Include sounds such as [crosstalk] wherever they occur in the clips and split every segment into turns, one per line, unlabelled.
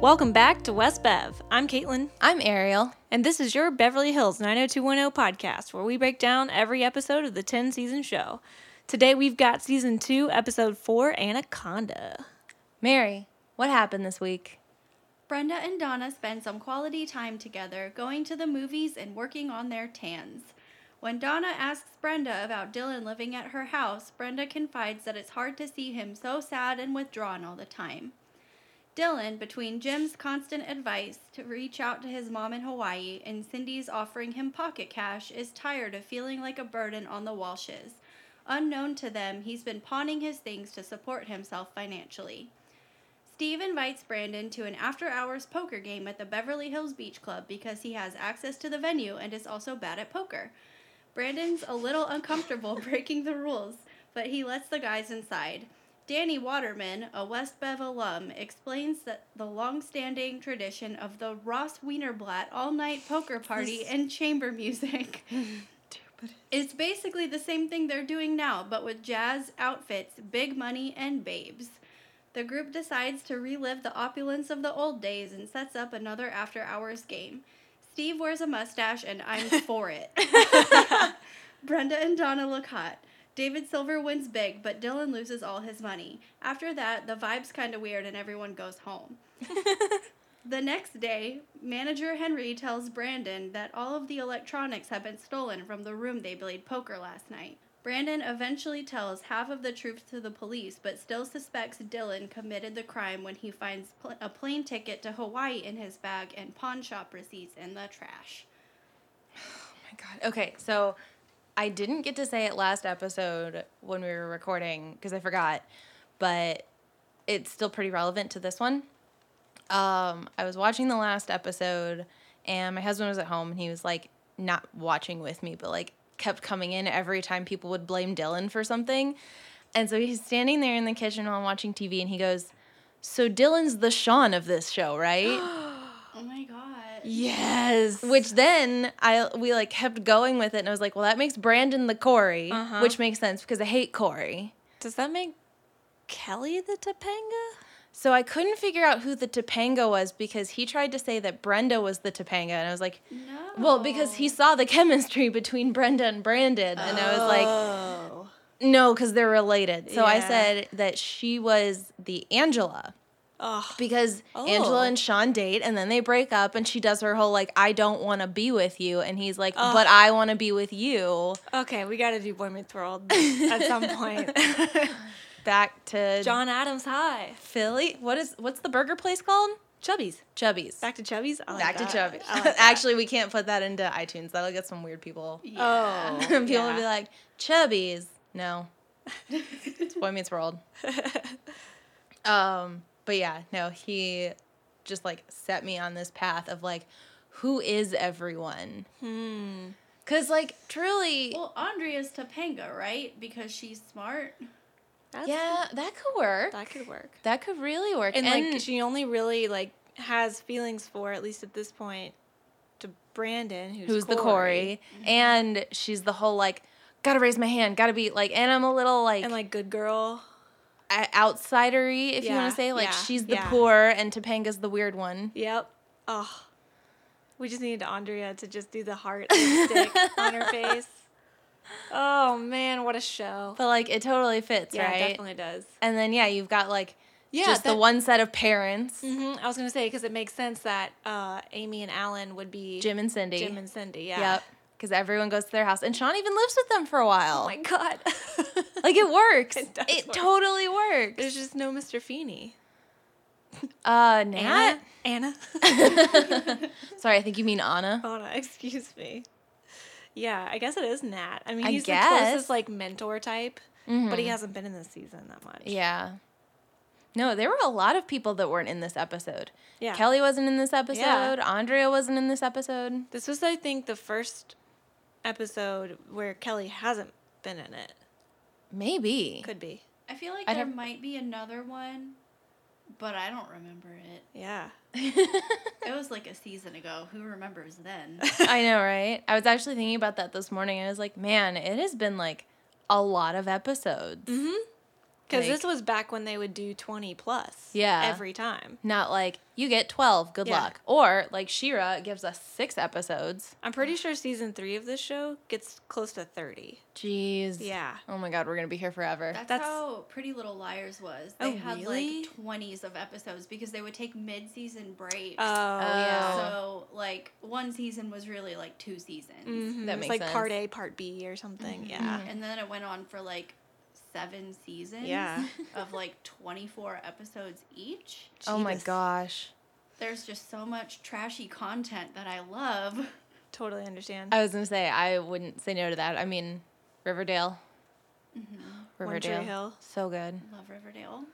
Welcome back to West Bev. I'm Caitlin,
I'm Ariel.
and this is your Beverly Hills 90210 podcast, where we break down every episode of the 10 season show. Today we've got season two, episode four, Anaconda.
Mary, what happened this week?
Brenda and Donna spend some quality time together, going to the movies and working on their tans. When Donna asks Brenda about Dylan living at her house, Brenda confides that it's hard to see him so sad and withdrawn all the time. Dylan, between Jim's constant advice to reach out to his mom in Hawaii and Cindy's offering him pocket cash, is tired of feeling like a burden on the Walshes. Unknown to them, he's been pawning his things to support himself financially. Steve invites Brandon to an after hours poker game at the Beverly Hills Beach Club because he has access to the venue and is also bad at poker. Brandon's a little uncomfortable [laughs] breaking the rules, but he lets the guys inside. Danny Waterman, a West Bev alum, explains that the long-standing tradition of the Ross Wienerblatt all-night poker party and chamber music. It's basically the same thing they're doing now, but with jazz outfits, big money, and babes. The group decides to relive the opulence of the old days and sets up another after hours game. Steve wears a mustache, and I'm for it. Brenda and Donna look hot. David Silver wins big, but Dylan loses all his money. After that, the vibe's kind of weird and everyone goes home. the next day, manager Henry tells Brandon that all of the electronics have been stolen from the room they played poker last night. Brandon eventually tells half of the truth to the police, but still suspects Dylan committed the crime when he finds pl- a plane ticket to Hawaii in his bag and pawn shop receipts in the trash.
Oh my god. Okay, so I didn't get to say it last episode when we were recording because I forgot, but it's still pretty relevant to this one. Um, I was watching the last episode and my husband was at home and he was like not watching with me, but like kept coming in every time people would blame Dylan for something. And so he's standing there in the kitchen while I'm watching TV and he goes, So Dylan's the Sean of this show, right?
Oh my god.
Yes.
Which then I we like kept going with it, and I was like, well, that makes Brandon the Corey,
Uh-huh.
which makes sense because I hate Corey.
Does that make Kelly the Topanga?
So I couldn't figure out who the Topanga was because he tried to say that Brenda was the Topanga, and I was like,
No.
well, because he saw the [laughs] chemistry between Brenda and Brandon, and I was like,
Oh.
no, because they're related. So I
Yeah.
said that she was the Angela.
Oh.
because
Oh.
Angela and Sean date and then they break up and she does her whole like I don't want to be with you and he's like
Ugh.
but I want to be with you
Okay, we got to do Boy Meets
[laughs]
World at some point.
back to
John Adams High.
Philly what is what's the burger place called
Chubby's.
Chubby's
Back to Chubby's? I like
back to
that.
Chubby's [laughs]
I like that.
actually we can't put that into iTunes that'll get some weird people [laughs]
Yeah.
Oh.
people will be
yeah.
like Chubby's no it's Boy Meets World um but yeah no he just like set me on this path of like who is everyone
hmm.
Cause like truly,
Well, Andrea's Topanga, right? Because she's smart.
That's,
yeah, that could work.
That could work.
That could really work.
And, like she only really like has feelings for at least at this point to Brandon who's,
who's
Corey. Mm-hmm.
the Corey? And she's the whole like, gotta raise my hand, gotta be like, and I'm a little like,
and like good girl.
a- outsidery, if you
Yeah,
want to say. Like
yeah,
she's the
yeah.
poor, and Topanga's the weird one.
Yep. Oh. We just needed Andrea to just do the heart
[laughs]
stick on her face. Oh man, what a show.
But like it totally fits,
yeah,
right?
it definitely does.
And then yeah, you've got like
Yeah,
just the
that-
one set of parents,
Mhm, I was gonna say because it makes sense that uh, Amy and Alan would be
Jim and Cindy.
Jim and Cindy. Yeah.
Yep. Because everyone goes to their house, and Sean even lives with them for a while.
Oh my [laughs] god.
like it works.
It does
it
work.
totally works.
There's just no Mr. Feeney.
Uh, Nat.
Anna.
[laughs] Sorry, I think you mean Anna.
Anna, [laughs] excuse me. Yeah, I guess it is Nat. I mean,
I
he's the
guess. Mm-hmm.
closest like mentor type, but he hasn't been in this season that much.
Yeah. No, there were a lot of people that weren't in this episode.
Yeah.
Kelly wasn't in this episode. Andrea wasn't in this episode.
This was, I think, the first episode where Kelly hasn't been in it.
Maybe.
Could be.
I feel like
I'd
there
have-
might be another one, but I don't remember it.
Yeah.
It was like a season ago. Who remembers then?
[laughs] I know, right? I was actually thinking about
Mm-hmm.
that this morning. I was like, man, it has been like a lot of episodes.
Because
Like-
this was back when they would do 20 plus
Yeah.
every time.
Not like you get twelve, good
Yeah.
luck. Or like Shira gives us six episodes.
I'm pretty sure season three of this show gets close to 30.
Jeez.
Yeah.
Oh my god, we're gonna be here forever.
That's,
That's-
how Pretty Little Liars was. They
Oh,
had
really?
like twenties of episodes because they would take mid-season breaks.
Oh, yeah.
so like one season was really like two seasons,
Mhm.
That
It's
makes
like part
sense. Mm-hmm.
A, part B or something. Yeah.
and then it went on for like seven seasons.
Yeah.
[laughs] of like twenty-four episodes each.
oh my
Jesus.
gosh.
There's just so much trashy content that I love.
Totally understand.
I was gonna say I wouldn't say no to that. I mean, Riverdale.
One Tree
Riverdale.
Mm-hmm. Hill.
So good.
Love Riverdale.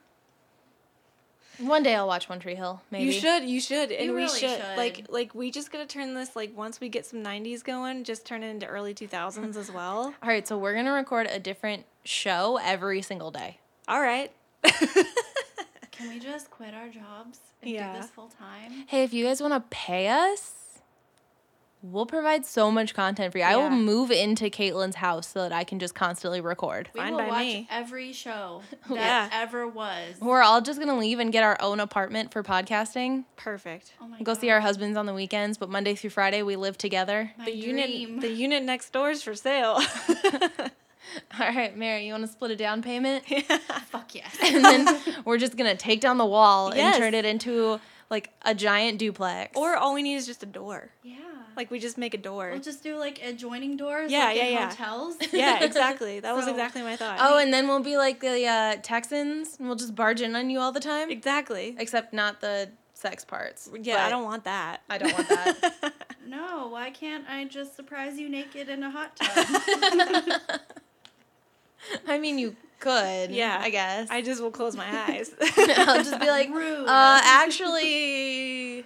One day I'll watch One Tree Hill. Maybe.
You should, you should, and
You
we
really
should.
should.
Like, like we just gotta turn this. Like, once we get some '90s going, just turn it into early 2000s as well.
[laughs] All right, so we're gonna record a different show every single day.
All right.
Can we just quit our jobs and
Yeah.
do this full time?
Hey, if you guys want to pay us, we'll provide so much content for you. I
Yeah.
will move into Caitlin's house so that I can just constantly record.
We
Fine
will
by
watch
me.
every
[laughs]
show that
Yeah.
ever was.
We're all just gonna leave and get our own apartment for podcasting.
Perfect.
Oh my
Go see our husbands on the weekends, but Monday through Friday we live together.
My
The
dream.
unit, the unit next door is for sale.
[laughs] All right, Mary, you want to split a down payment?
Fuck yes.
[laughs] and then [laughs] we're just gonna take down the wall
Yes.
and turn it into like a giant duplex.
or all we need is just a door.
[laughs] yeah.
Like, we just make a door.
We'll just do like adjoining doors.
Yeah,
like
yeah,
in
yeah.
Hotels.
[laughs]
[laughs]
yeah, exactly. That was
So-
exactly my thought.
oh, and then we'll be like the uh, Texans, and we'll just barge in on you all the time,
exactly.
except not the sex parts.
Yeah, I
but- [laughs]
don't [laughs] want that.
I don't want that.
No, why can't I just surprise you naked in
[laughs]
a hot tub?
I mean, you could.
Yeah.
I [laughs]
[laughs]
guess.
I just will close my eyes.
[laughs] I'll
[laughs]
just be like,
Rude.
uh, actually,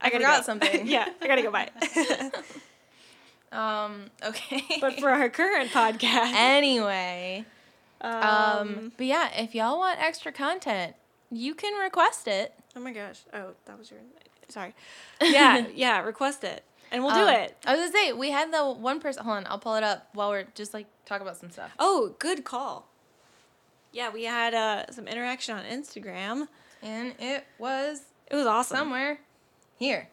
I,
gotta
forgot
go. [laughs]
something.
yeah, I gotta go
[laughs]
by.
Um. Okay.
but for our current podcast,
[laughs] anyway. Um.
um,
But yeah, if y'all want extra content, you can request it.
oh my gosh, oh that was your,
[laughs]
sorry, yeah, yeah, request it and we'll do
Um,
it.
I was gonna say we had the one person. Hold on, I'll pull it up while we're just like talk about some stuff.
Oh, good call. Yeah, we had uh, some interaction on Instagram.
And it was
It was awesome.
somewhere here.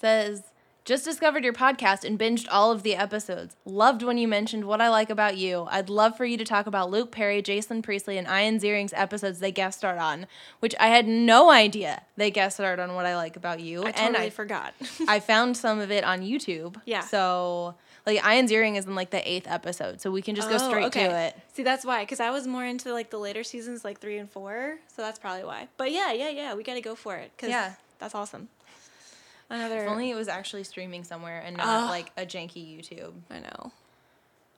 Says just discovered your podcast and binged all of the episodes. Loved when you mentioned what I like about you. I'd love for you to talk about Luke Perry, Jason Priestley, and Ian Ziering's episodes they guest starred on, which I had no idea they guest starred on what I like about you.
I totally
and
[laughs]
I
forgot.
I found some of it on YouTube.
Yeah.
So like Ian Ziering is in like the eighth episode, so we can just go
Oh,
straight to
okay.
it.
See, that's why, because I was more into like the later seasons, like three and four. So that's probably why. But yeah, yeah, yeah, we gotta go for it. Cause
Yeah.
that's awesome. Another.
If only it was actually streaming somewhere and not
Ugh.
like a janky YouTube.
I know.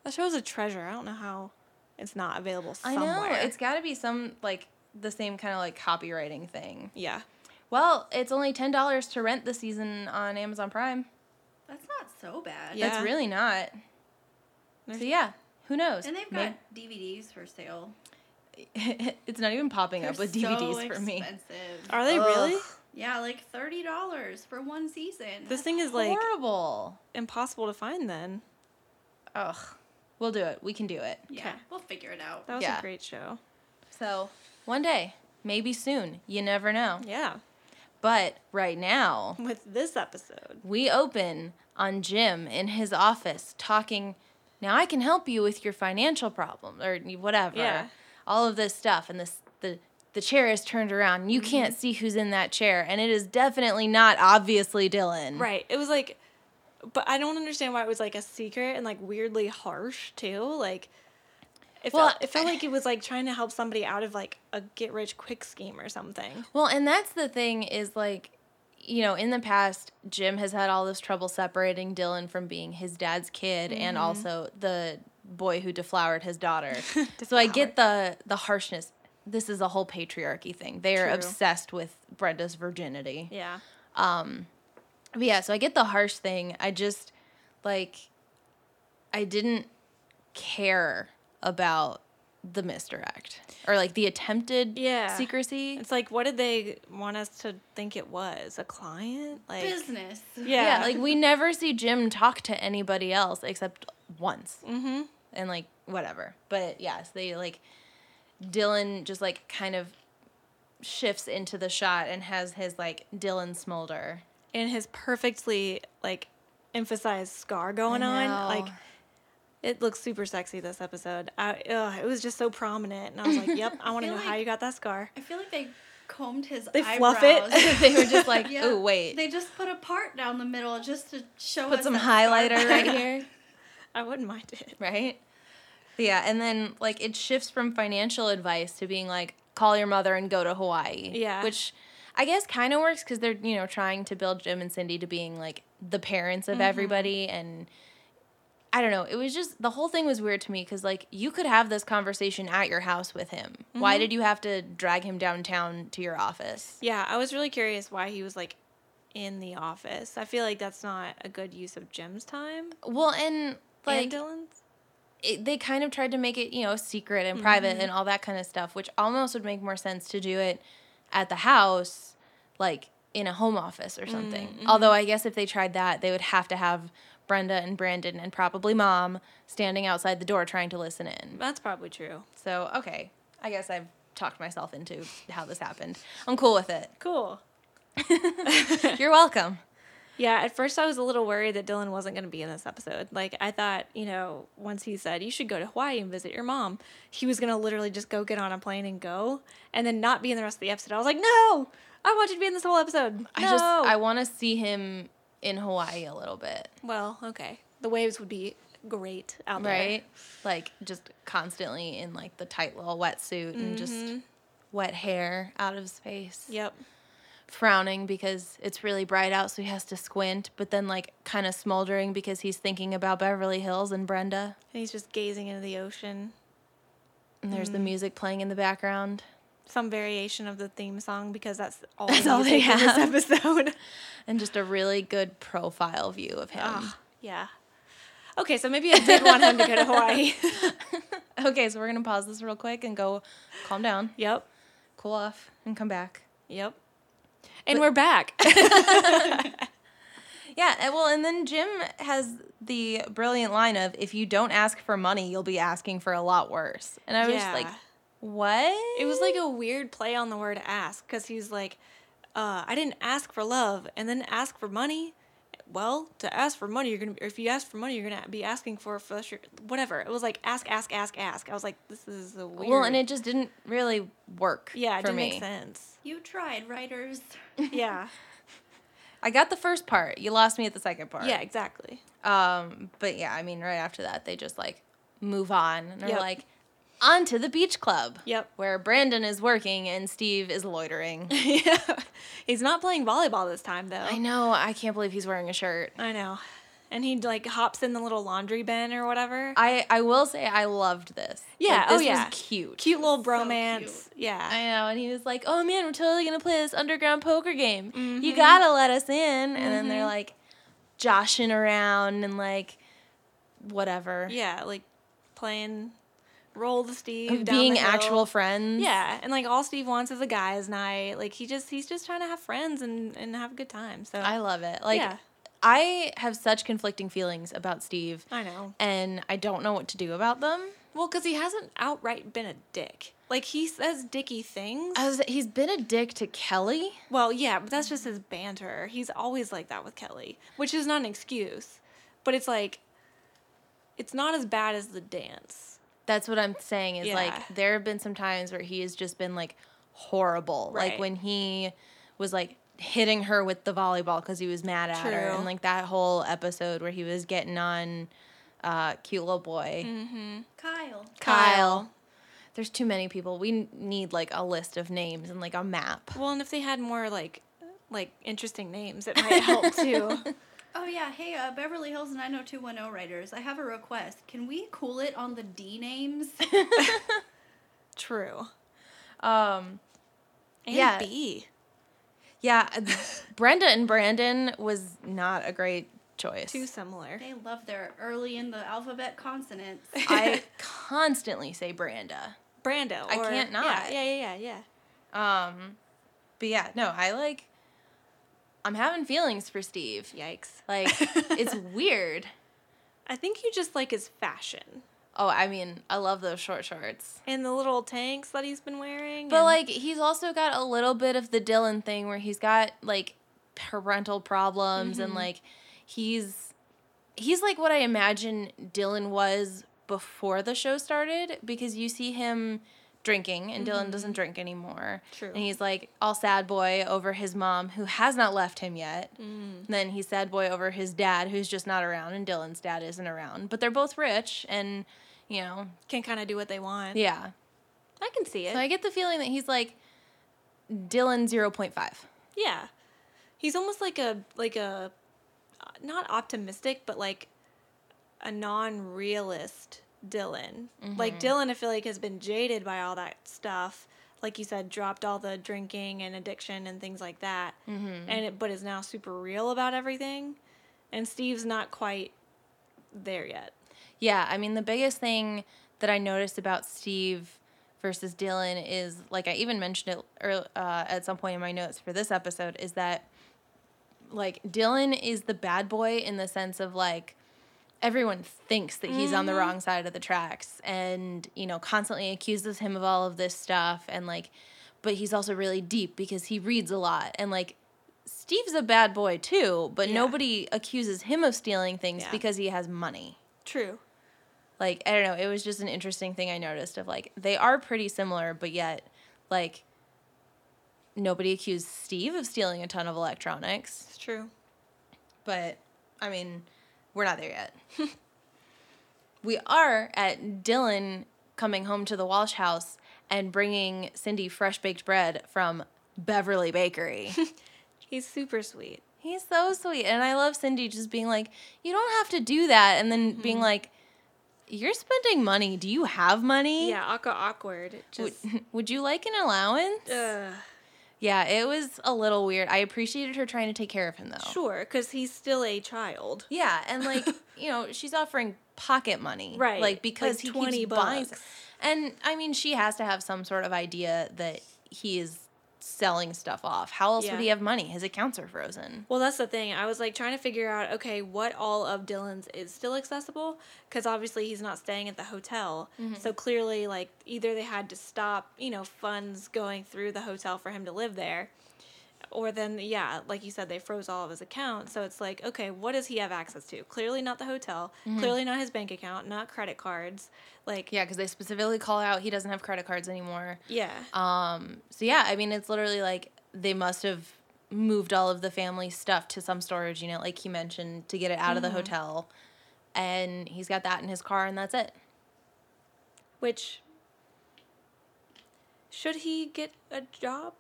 That show is a treasure. I don't know how it's not available
I
somewhere.
know. It's got to be some like the same kind of like copywriting thing.
yeah.
Well, it's only ten dollars to rent the season on Amazon Prime.
That's not so bad.
Yeah.
That's really not. So yeah, who knows?
And they've got DVDs for sale.
Maybe- [laughs] it's not even popping up
They're
with DVDs
so
for me.
expensive.
Are they
Ugh.
really?
Yeah, like thirty dollars for one season.
This thing is like
Horrible.
impossible to find then.
Ugh. We'll do it. We can do it.
yeah,
'kay.
we'll figure it out.
That was
Yeah.
a great show.
So one day, maybe soon. You never know.
Yeah.
But right now,
With this episode.
we open on Jim in his office talking. Now I can help you with your financial problem or whatever.
Yeah.
All of this stuff and this the the chair is turned around. and You
Mm-hmm.
can't see who's in that chair, and it is definitely not obviously Dylan.
Right. It was like but I don't understand why it was like a secret and like weirdly harsh too. Like it
Well,
felt it felt like it was like trying to help somebody out of like a get rich quick scheme or something.
Well, and that's the thing is like, you know, in the past, Jim has had all this trouble separating Dylan from being his dad's kid and
Mm-hmm.
also the boy who deflowered
[laughs]
his daughter. so I get the the harshness. This is a whole patriarchy thing. They are
True.
obsessed with Brenda's virginity.
Yeah.
But yeah, so I get the harsh thing. I just like I didn't care about the misdirect or like the attempted
Yeah.
secrecy.
It's like what did they want us to think it was? A client? Like
Business.
Yeah.
Yeah. like we never see Jim talk to anybody else except once. Mm-hmm. And like whatever, but yes, they like Dylan just like kind of shifts into the shot and has his like Dylan smolder. [laughs]
in his perfectly like emphasized scar going on. Like
know.
it looks super sexy this episode. I ugh, it was just so prominent, and I was like, "Yep, I want to
feel
know how
like-
you got that scar."
I feel like they combed his
They
eyebrows.
fluff it. [laughs]
they were just
[laughs]
like,
Yeah.
oh wait,
They just put a part down the middle just to show
put
us
some
that
highlighter
scar.
right here,
I wouldn't mind it.
right? But yeah, and then like it shifts from financial advice to being like call your mother and go to Hawaii.
Yeah.
which I guess kind of works because they're you know trying to build Jim and Cindy to being like the parents of everybody and. I don't know. It was just the whole thing was weird to me because like you could have this conversation at your house with him. Why did you have to drag him downtown to your office?
Yeah, I was really curious why he was like in the office. I feel like that's not a good use of Jim's time.
Well, and
Like
like
Dylan's.
it, they kind of tried to make it, you know, secret and private and all that kind of stuff, which almost would make more sense to do it at the house, like in a home office or something. Although I guess if they tried that, they would have to have Brenda and Brandon and probably mom standing outside the door trying to listen in.
That's probably true.
So, okay. I guess I've talked myself into how this happened. I'm cool with [laughs] it.
Cool.
You're welcome.
Yeah, at first I was a little worried that Dylan wasn't going to be in this episode. Like, I thought, you know, once he said, you should go to Hawaii and visit your mom, he was going to literally just go get on a plane and go and then not be in the rest of the episode. I was like, no, I want you to be in this whole episode.
I just
No."
I want to see him in Hawaii a little bit.
well, okay. The waves would be great out there.
right? Like just constantly in like the tight little wetsuit and just wet hair out of his face,
Yep.
frowning because it's really bright out, so he has to squint, but then like kind of smoldering because he's thinking about Beverly Hills and Brenda.
And he's just gazing into the ocean.
And there's the music playing in the background.
Some variation of the theme song because that's all,
That's
the
all they
music in this
[laughs]
episode.
And just a really good profile view of him.
Ah, yeah. Okay, so maybe I did want him to go to
[laughs]
Hawaii.
Okay, so we're gonna pause this real quick and go calm down,
yep.
cool off, and come back.
Yep. And we're [laughs] back.
Yeah, and- well, and then Jim has the brilliant line of if you don't ask for money, you'll be asking for a lot worse. And I was just like,
Yeah.
what?
it was
[laughs]
like a weird play on the word ask because he's like, uh, I didn't ask for love and then ask for money. Well, to ask for money, you're gonna be, or if you ask for money, you're gonna be asking for fresh, whatever. It was like ask, ask, ask, ask. I was like, this is a weird.
well, and it just didn't really work.
[laughs] yeah, it
for
didn't
me.
make
[laughs]
sense.
[laughs] You tried, writers.
Yeah,
I got the first part. You lost me at the second part.
yeah, exactly.
Um, but yeah, I mean, right after that, they just like move on and are
Yep.
like, on to the beach club.
Yep. [laughs]
Where Brandon is working and Steve is loitering.
yeah, he's not playing volleyball this time though.
I know. I can't believe he's wearing a shirt.
I know, and he like hops in the little laundry bin or whatever.
I, I will say I loved this.
Yeah,
Like,
oh,
this
yeah.
Was cute.
cute little bromance. Yeah,
I know, and he was like, "Oh man, we're totally gonna play this underground poker game. You gotta let us in." And then they're like, joshing around and like, whatever,
Yeah, like playing roll the Steve, down
being
the hill.
actual friends.
Yeah, and like all Steve wants is a guys' night. Like he just he's just trying to have friends and and have a good time. So
I love it. Like,
Yeah.
I have such conflicting feelings about Steve,
I know.
and I don't know what to do about them.
Well, because he hasn't outright been a dick. Like he says dicky things.
I was, he's been a dick to Kelly.
well, yeah, but that's just his banter. He's always like that with Kelly, which is not an excuse, but it's like it's not as bad as the dance.
That's what I'm saying is
Yeah.
like there have been some times where he has just been like horrible.
Right.
Like when he was like hitting her with the volleyball because he was mad at her,
True.
and like that whole episode where he was getting on uh, cute little boy
Kyle.
Mm-hmm. Kyle.
There's too many people. We n- need like a list of names and like a map.
Well, and if they had more like like interesting names, it
[laughs]
might help too.
Oh yeah, hey uh, Beverly Hills 90210 writers, I have a request. Can we cool it on the D
[laughs]
names?
True.
Um,
And
Yeah.
B.
yeah,
[laughs]
Brenda and Brandon was not a great choice.
Too similar.
they love their early in the alphabet
[laughs]
consonants.
[laughs]
I constantly say Branda.
Brando.
I
or-
can't
yeah,
not.
Yeah, yeah, yeah, yeah.
Um, but yeah, no, I like. I'm having feelings for Steve.
Yikes.
Like it's weird.
I think you just like his fashion.
Oh, I mean, I love those short shorts.
and the little tanks that he's been wearing.
But
and-
like, he's also got a little bit of the Dylan thing where he's got like parental problems and like he's he's like what I imagine Dylan was before the show started because you see him drinking and Dylan doesn't drink anymore.
True.
And he's like all sad boy over his mom who has not left him yet. And Then he's sad boy over his dad who's just not around and Dylan's dad isn't around. But they're both rich and you know,
can kind of do what they want.
yeah.
I can see it.
So I get the feeling that he's like Dylan 0.5.
yeah, he's almost like a like a not optimistic, but like a non-realist Dylan. Like Dylan, I feel like has been jaded by all that stuff. Like you said, dropped all the drinking and addiction and things like that, mm-hmm. and it, but is now super real about everything. And Steve's not quite there yet.
Yeah, I mean the biggest thing that I noticed about Steve versus Dylan is like I even mentioned it ear- uh, at some point in my notes for this episode is that like Dylan is the bad boy in the sense of like everyone thinks that he's
Mm-hmm.
on the wrong side of the tracks and you know constantly accuses him of all of this stuff and like but he's also really deep because he reads a lot and like Steve's a bad boy too but
Yeah.
nobody accuses him of stealing things
Yeah.
because he has money
True.
like i don't know it was just an interesting thing i noticed of like they are pretty similar but yet like nobody accused steve of stealing a ton of electronics
It's true.
but i mean we're not there yet [laughs] we are at dylan coming home to the walsh house and bringing cindy fresh baked bread from beverly bakery
He's super sweet.
He's so sweet. And I love Cindy just being like, you don't have to do that. And then being like, you're spending money. Do you have money?
Yeah, Akka awkward.
Would,
Just
[laughs] would you like an allowance?
uh,
Yeah, it was a little weird. I appreciated her trying to take care of him, though.
sure, because he's still a child.
Yeah,
[laughs]
and like you know, she's offering pocket money,
Right,
Like because
like
he
20
keeps buying.
bucks.
And I mean, she has to have some sort of idea that he is selling stuff off. How else
Yeah.
would he have money? His accounts are frozen.
Well, that's the thing. I was like trying to figure out, okay, what all of Dylan's is still accessible, because obviously he's not staying at the hotel.
Mm-hmm.
So clearly, like either they had to stop, you know, funds going through the hotel for him to live there, or then yeah, like you said, they froze all of his accounts. So it's like, okay, what does he have access to? Clearly not the hotel. Clearly not his bank account. Not credit cards. Like
Mm-hmm. Yeah, because they specifically call out he doesn't have credit cards anymore.
yeah.
Um, so yeah, I mean, it's literally like they must have moved all of the family stuff to some storage unit, like he mentioned, to get it out of
Mm-hmm.
the hotel. And he's got that in his car, and that's it.
Which should he get a job?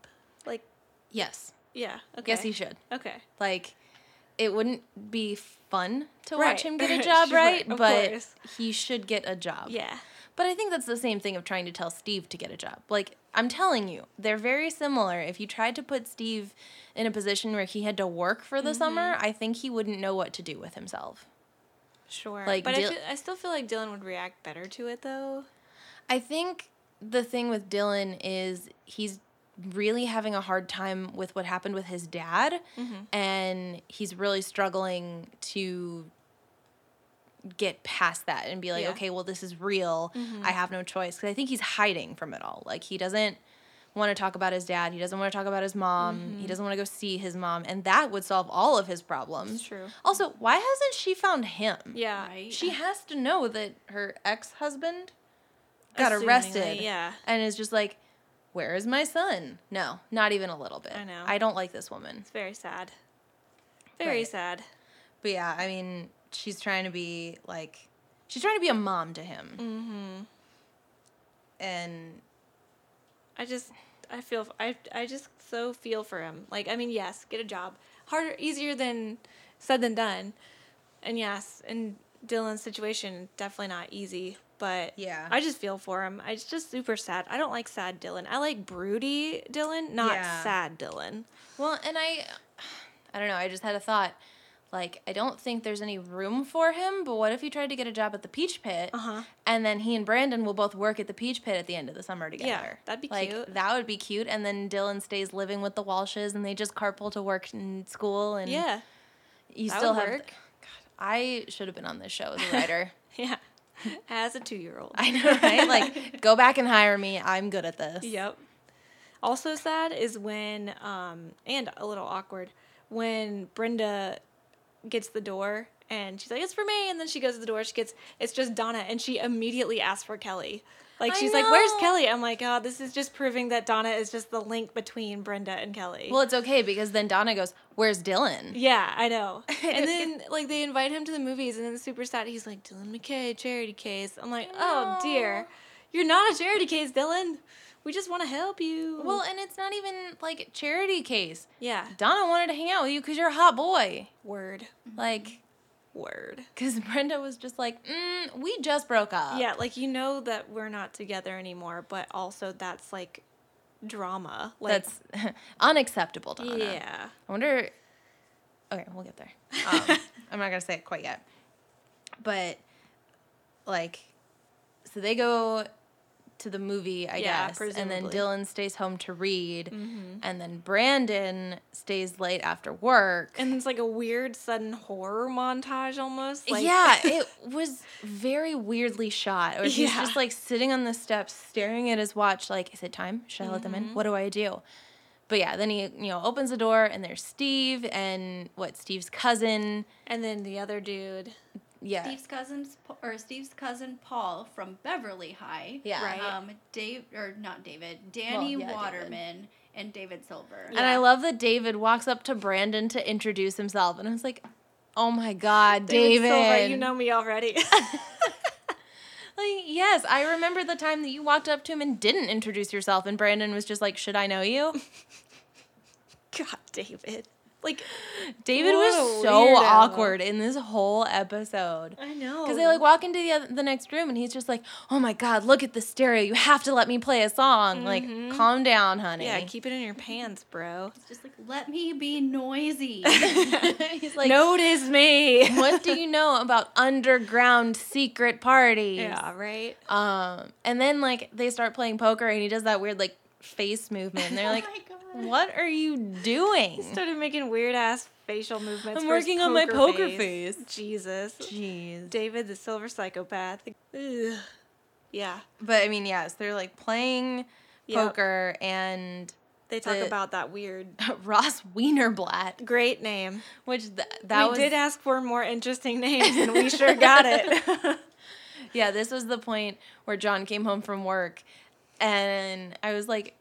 Like
Yes.
yeah, okay.
Yes, he should.
Okay.
Like, it wouldn't be fun to
Right. [laughs]
watch him get a job,
Sure,
right?
of
But
course.
he should get a job.
Yeah.
But I think that's the same thing of trying to tell Steve to get a job. Like, I'm telling you, they're very similar. If you tried to put Steve in a position where he had to work for
Mm-hmm.
the summer, I think he wouldn't know what to do with himself.
Sure.
Like,
but I,
Dyl-
feel, I still feel like Dylan would react better to it though.
I think the thing with Dylan is he's really having a hard time with what happened with his dad,
Mm-hmm.
and he's really struggling to get past that and be like,
Yeah. Mm-hmm.
okay, well, this is real. I have no choice. Because I think he's hiding from it all. Like, he doesn't want to talk about his dad. He doesn't want to talk about his mom.
Mm-hmm.
He doesn't want to go see his mom. And that would solve all of his problems.
It's true.
Also, why hasn't she found him?
Yeah.
Right.
She has to know that her ex husband got
Assumingly,
arrested.
yeah.
And is just like, where is my son? No, not even a little bit.
I know.
I don't like this woman.
It's very sad. Very
Right.
sad.
But yeah, I mean, she's trying to be like, she's trying to be a mom to him. Mm-hmm. And
I just I feel I I just so feel for him. Like I mean, yes, get a job. Harder easier than said than done. And yes, in Dylan's situation definitely not easy, but
Yeah.
I just feel for him. I- It's just super sad. I don't like sad Dylan. I like broody Dylan, not
Yeah.
sad Dylan.
Well, and I, [sighs] I don't know. I just had a thought. Like, I don't think there's any room for him. But what if he tried to get a job at the Peach Pit,
Uh-huh.
and then he and Brandon will both work at the Peach Pit at the end of the summer together?
that'd be
like,
cute.
That would be cute. And then Dylan stays living with the Walshes, and they just carpool to work and school. And
Yeah. [laughs]
you
that
still
would
have.
work. [laughs]
God, I should have been on this show as a writer.
Yeah. as a two year old.
I know,
[laughs]
right? Like, go back and hire me. I'm good at this.
Yep. Also sad is when, um, and a little awkward, when Brenda gets the door and she's like, "It's for me," and then she goes to the door. She gets, "It's just Donna," and she immediately asks for Kelly. Like
I
she's like, "Where's
know.
Kelly?" I'm like, "Oh, this is just proving that Donna is just the link between Brenda and Kelly."
Well, it's okay because then Donna goes, "Where's Dylan?"
yeah, I
[laughs]
know. And then like they invite him to the movies, and then it's super sad. He's like, "Dylan McKay, charity case." I'm like, "Oh
know.
dear, you're not a charity case, Dylan. We just want to help you."
Well, and it's not even like charity case.
yeah.
Donna wanted to hang out with you because you're a hot boy.
Word.
Like,
Word.
because Brenda was just like, mm, "We just broke up."
Yeah, like you know that we're not together anymore, but also that's like drama. Like
that's [laughs] unacceptable, Donna.
yeah.
I wonder. Okay, we'll
[laughs]
get there. Um, I'm not gonna say it quite yet, but like, so they go to the movie, I
Yeah,
guess, and then
presumably. Mm-hmm.
Dylan stays home to read, and then Brandon stays late after work.
And it's like a weird sudden horror montage almost. Like
yeah,
[laughs]
it was very weirdly shot. Or he's
Yeah.
just like sitting on the steps, staring at his watch, like, is it time? Should I let them
Mm-hmm.
in? What do I do? But yeah, then he you know opens the door and there's Steve and what Steve's cousin.
and then the other dude.
Yeah,
Steve's cousin's or Steve's cousin Paul from Beverly High.
Yeah.
Right.
Um, Dave or not David, Danny
yeah, David.
Waterman and David Silver.
and I love that David walks up to Brandon to introduce himself, and I was like, oh my god, David,
Silva, you know me already. [laughs]
Like, yes, I remember the time that you walked up to him and didn't introduce yourself, and Brandon was just like, should I know you?
[laughs] God, David. Like
David
What
was
a
so
weirdo.
awkward in this whole episode.
I know.
Because they like walk into the oth- the next room and he's just like, "Oh my God, look at the stereo! You have to let me play a song. Like, calm down, honey."
Mm-hmm. Yeah, keep it in your pants, bro.
It's just like let me be noisy.
[laughs]
[laughs]
he's [laughs] like,
Notice me.
[laughs] "What do you know about underground secret
[laughs]
parties?"
Yeah, right?
Um, and then like they start playing poker and he does that weird like face
[laughs]
movement and
Oh
they're like,
my God.
"What are you doing?"
Started making weird ass facial movements.
I'm
for his
working on my poker face.
Jesus.
Jeez.
David the silver psychopath. Ugh. Yeah.
But I mean, yes, they're like playing
Yep.
poker and [laughs]
They talk
The-
about that weird
Ross Wienerblatt,
great name.
which th- that
we
was
did ask for more interesting [laughs] names, and we sure got it. [laughs]
Yeah, this was the point where John came home from work and I was like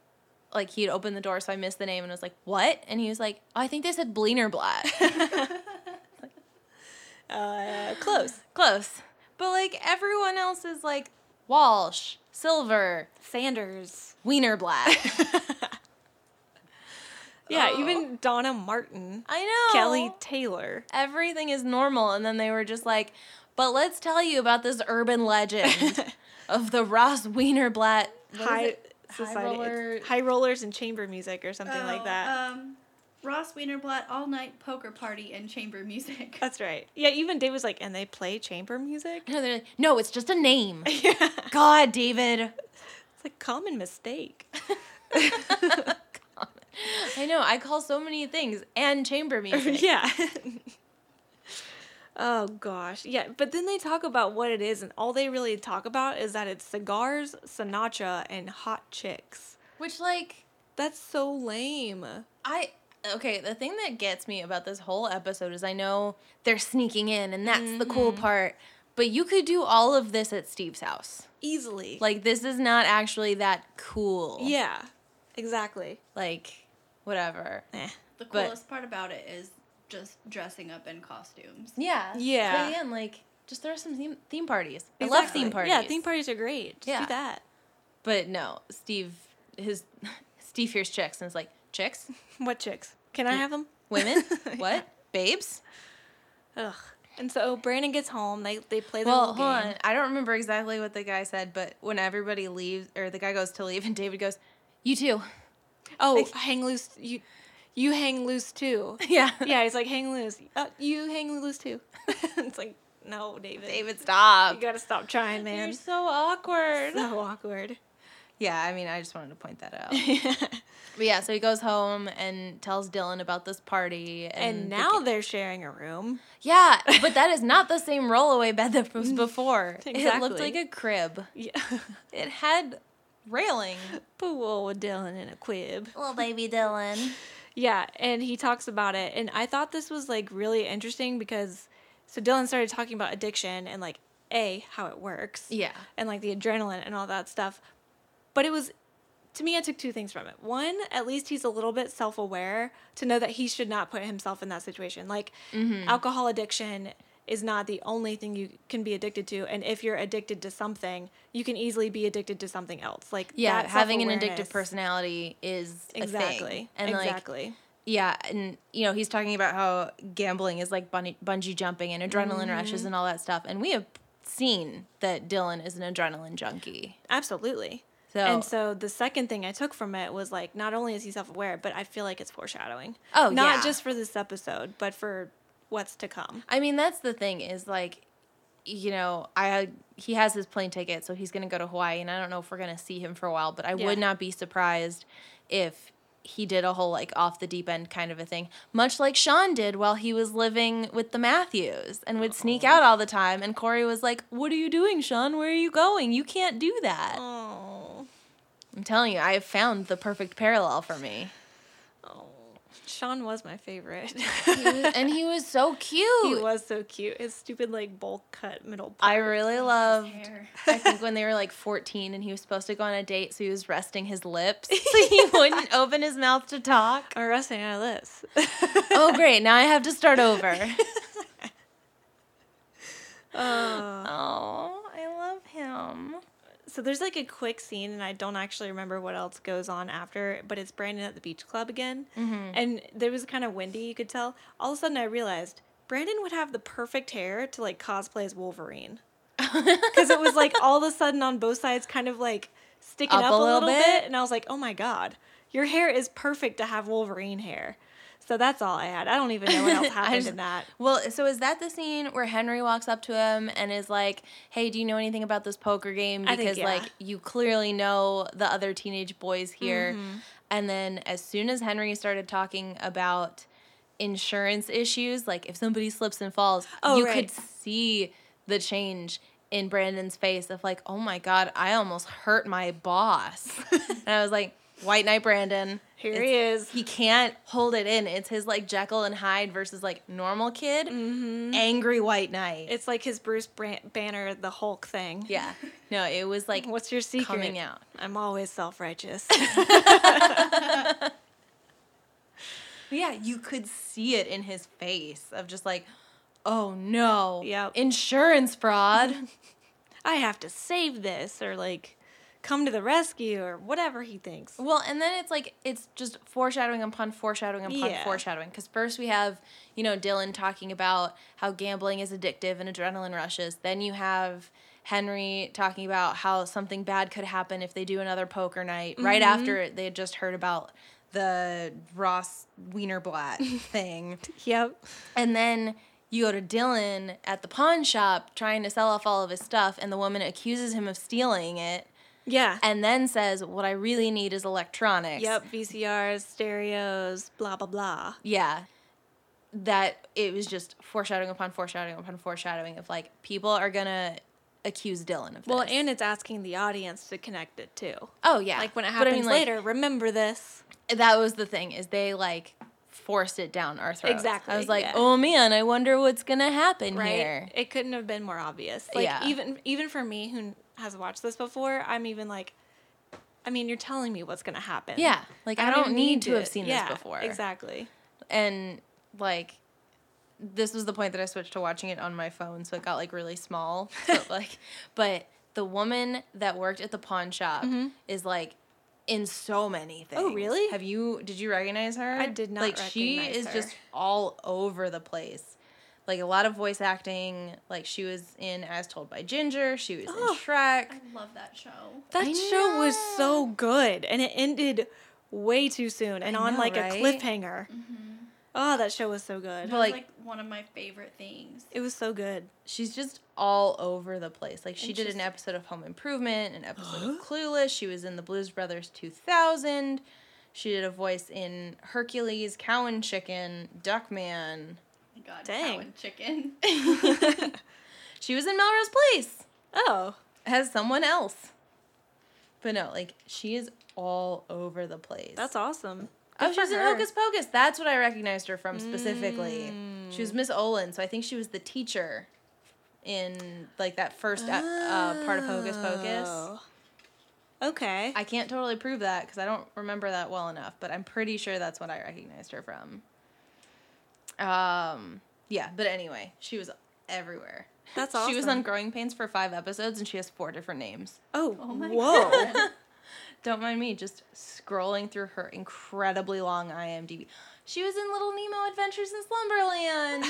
like he'd opened the door so I missed the name and was like, "What?" And he was like, "Oh, I think they said Bleenerblatt."
Uh, close.
[laughs] Close. But like everyone else is like Walsh, Silver,
Sanders. [laughs]
Wienerblatt.
Yeah,
Oh.
even Donna Martin,
I know.
Kelly Taylor.
Everything is normal and then they were just like, "But let's tell you about this urban legend
[laughs]
of the Ross Wienerblatt what is
High
it?
society.
High roller- uh.
it's High rollers and chamber music or something like
Oh,
that.
Um, Ross Wienerblatt all night poker party and chamber music.
That's right. Yeah, even Dave was like, and they play chamber music?
No, [laughs] they're like, "No, it's just a [laughs] name."
yeah.
God, David.
It's a common mistake.
I know. I call so many things and [laughs] chamber
[laughs]
music.
yeah. oh gosh. Yeah, but then they talk about what it is and all they really talk about is that it's cigars, Sinatra and hot chicks.
Which, like,
That's so lame.
I. Okay, the thing that gets me about this whole episode is I know they're sneaking in and that's the cool part, but you could do all of this at Steve's house.
Easily.
Like, this is not actually that cool.
yeah. Exactly.
Like, whatever.
Eh.
The
But-
coolest part about it is just dressing up in costumes.
Yeah.
Yeah.
But again, like, just throw some theme, theme parties. I love
Exactly.
theme parties.
Yeah, theme parties are great. Just
Yeah.
do that.
But no, Steve, his, [laughs] Steve hears chicks and is like, chicks?
What chicks? Can I have them?
[laughs] Women? what? Babes?
Ugh. And so Brandon gets home. They they play the whole
Well, hold
game.
on. I don't remember exactly what the guy said, but when everybody leaves, or the guy goes to leave, and David goes, "You too."
Oh, hang loose. You you hang loose too.
[laughs] [laughs] Yeah.
yeah, he's like, hang loose. Uh, you hang loose too. [laughs] it's like, no, David.
David, stop.
You gotta stop trying, man.
You're so
[laughs]
awkward.
so awkward.
Yeah, I mean, I just wanted to point that [laughs] out.
and,
But yeah, so he goes home and tells Dylan about this party, and, the
now
ki-
they're sharing a room.
[laughs] yeah, but that is not the same rollaway bed that [laughs] was before. It looked
Exactly.
like a crib.
Yeah. [laughs]
It had railing.
Pool with Dylan in a quib.
Little baby Dylan.
Yeah, and he talks about it. And I thought this was like really interesting because so Dylan started talking about addiction and like A, how it works.
Yeah.
And like the adrenaline and all that stuff. But it was to me I took two things from it. One, at least he's a little bit self aware to know that he should not put himself in that situation. Like
Mm-hmm.
alcohol addiction is not the only thing you can be addicted to and if you're addicted to something you can easily be addicted to something else like
Yeah,
that
having an addictive
self-awareness-
personality is a thing.
exactly
And like
exactly
Yeah, and you know, he's talking about how gambling is like bungee, bungee jumping and adrenaline rushes and all that stuff. And we have seen that Dylan is an adrenaline junkie.
Absolutely.
So,
And so the second thing I took from it was like not only is he self-aware, but I feel like it's foreshadowing.
Oh,
not
yeah.
just for this episode, but for what's to come.
I mean, that's the thing is like, you know, I he has his plane ticket, so he's going to go to Hawaii, and I don't know if we're going to see him for a while, but I
Yeah.
would not be surprised if he did a whole like off the deep end kind of a thing, much like Sean did while he was living with the Matthews and would sneak out all the time. And Corey was like, "What are you doing, Sean? Where are you going? You can't do that."
Oh,
I'm telling you, I have found the perfect parallel for me.
oh. Sean was my favorite.
[laughs]
[laughs]
and he was so cute.
he was so cute. His stupid like bowl cut middle part.
I really
His
loved
hair.
I think when they were like 14 and he was supposed to go on a date, so he was resting his lips. [laughs] So he wouldn't open his mouth to talk.
I'm resting our lips.
Oh, great. Now I have to start [laughs] over.
Oh.
Oh, I love him.
so there's like a quick scene and i don't actually remember what else goes on after but it's brandon at the beach club again
Mm-hmm.
and there was kind of windy you could tell all of a sudden i realized brandon would have the perfect hair to like cosplay as
[laughs]
wolverine because it was like all of a sudden on both sides kind of like sticking up, a little, bit. and i was like oh my god your hair is perfect to have wolverine hair so that's all i had i don't even know what else
[laughs] I
happened
just-
in that
Well, so is that the scene where Henry walks up to him and is like, "Hey, do you know anything about this poker game?
I think,
Because
yeah.
like you clearly know the other teenage boys here."
Mm-hmm.
And then as soon as Henry started talking about insurance issues, like if somebody slips and falls,
Oh,
you
right.
could see the change in Brandon's face of like, "Oh my god, I almost hurt my
[laughs]
boss." and I was like, "White Knight Brandon."
here
It's-
he is
he can't hold it in. It's his like Jekyll and Hyde versus like normal kid, angry white knight.
Mm-hmm. it's like his bruce Bran- banner the hulk thing
yeah, no, it
[laughs]
was like
what's your secret
coming out.
I'm always self righteous.
Yeah, you could see it in his face of just like, oh no,
Yep.
insurance fraud.
I have to save this or like come to the rescue or whatever he thinks.
Well, and then it's like it's just foreshadowing upon foreshadowing upon
Yeah.
foreshadowing. Because first we have you know Dylan talking about how gambling is addictive and adrenaline rushes. Then you have Henry talking about how something bad could happen if they do another poker night. Right
Mm-hmm.
after they had just heard about the Ross Wienerblatt
[laughs]
thing.
Yep.
And then you go to Dylan at the pawn shop trying to sell off all of his stuff, and the woman accuses him of stealing it,
Yeah.
and then says, "What I really need is electronics."
Yep. VCRs, stereos, blah, blah, blah.
Yeah. That it was just foreshadowing upon foreshadowing upon foreshadowing of like people are gonna accuse Dylan of this.
Well, and it's asking the audience to connect it too.
oh yeah,
Like when it
But I
happens
mean, like,
later, remember this.
that was the thing is they like forced it down our throats. I
Exactly,
was like,
yeah.
oh man, I wonder what's gonna happen
Right?
here.
It couldn't have been more obvious. Like
Yeah.
even even for me who has watched this before, I'm even like I mean, you're telling me what's gonna happen.
Yeah, like I,
even
don't need to have seen
Yeah,
this before.
Exactly.
and like this was the point that I switched to watching it on my phone, so it got like
[laughs]
really small. But like, but the woman that worked at the pawn shop is like in so many things.
Mm-hmm. Oh, really?
Have you? Did you recognize her?
I did not
Like she
recognize
is
her.
just all over the place. Like a lot of voice acting. Like she was in As Told by Ginger. She was in
Oh.
Shrek.
I love that show.
That
I
show was so good, and it ended way too soon and
I
on
know,
like
right? Mm-hmm.
a cliffhanger. Oh, that show was so good.
It
But,
was,
like-
like one of my favorite things.
It was so good.
She's just all over the place. Like she did an
Interesting.
episode of Home Improvement, an
[gasps]
episode of Clueless. She was in the Blues Brothers 2000. She did a voice in Hercules, Cow and Chicken, Duckman.
Oh my God,
Dang.
cow and chicken. [laughs]
She was in Melrose Place
Oh,
as someone else. But no, like she is all over the place.
that's awesome.
Oh,
Good
she
for
was in
her.
Hocus Pocus. That's what I recognized her from specifically. She
Mm.
was Miss Olin, so I think she was the teacher in like that first uh, uh, part of Hocus Pocus.
Oh. Okay.
I can't totally prove that because I don't remember that well enough, but I'm pretty sure that's what I recognized her from. Um, yeah, but anyway, she was everywhere.
That's
She was on
awesome.
Growing Pains for five episodes, and she has four different names.
oh,
Oh my
whoa. [laughs]
God.
Don't mind me, just scrolling through her incredibly long IMDb. She was in Little Nemo Adventures in
[laughs]
Slumberland.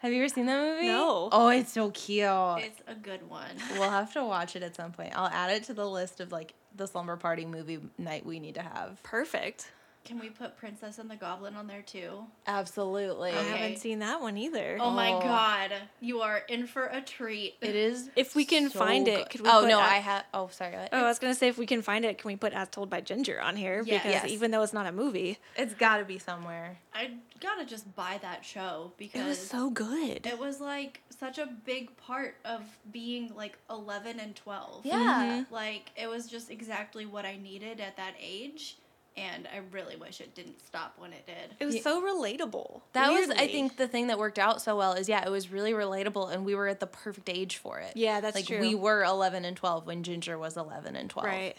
Have you ever seen that movie?
No.
Oh, it's so cute.
It's a good one.
We'll have to watch it at some point. I'll add it to the list of like the slumber party movie night we need to have.
Perfect.
Can we put Princess and the Goblin on there too?
Absolutely.
I
Okay.
haven't seen that one either.
Oh, my
Oh.
God, you are in for a treat.
It is.
If we can
so
find it,
good.
could we
oh
put
no,
out-
I have. Oh sorry. what?
Oh, I was gonna say if we can find it, can we put "As Told by Ginger" on here?
Yes.
Because
Yes.
even though it's not a movie,
it's got to be somewhere.
I gotta just buy that show because
it was so good.
It was like such a big part of being like 11 and 12.
Yeah.
Like it was just exactly what I needed at that age. And I really wish it didn't stop when it did.
It was
Ye-
so relatable.
That was, I
weirdly.
think, the thing that worked out so well is yeah, it was really relatable, and we were at the perfect age for it.
Yeah, that's
like
true.
we were eleven and twelve when Ginger was eleven and twelve.
right.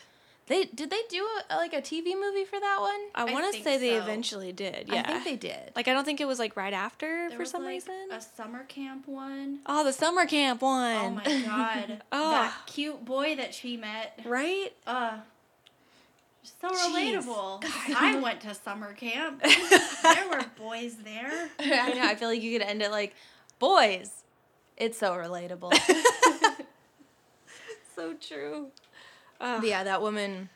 They did they do a, like a TV movie for that one?
I
I
want to
think
say they
so.
eventually did. Yeah.
I think they did.
like I don't think it was like right after
There
for
was,
some
like,
reason.
A summer camp one.
Oh, the summer camp one. [laughs]
Oh my god.
Oh.
That cute boy that she met.
Right?
Uh so
Jeez.
relatable. I went to summer camp. [laughs] there were boys there.
[laughs] I know. I feel like you could end it like, boys, it's
[laughs]
so relatable.
So true. Uh,
But yeah, that woman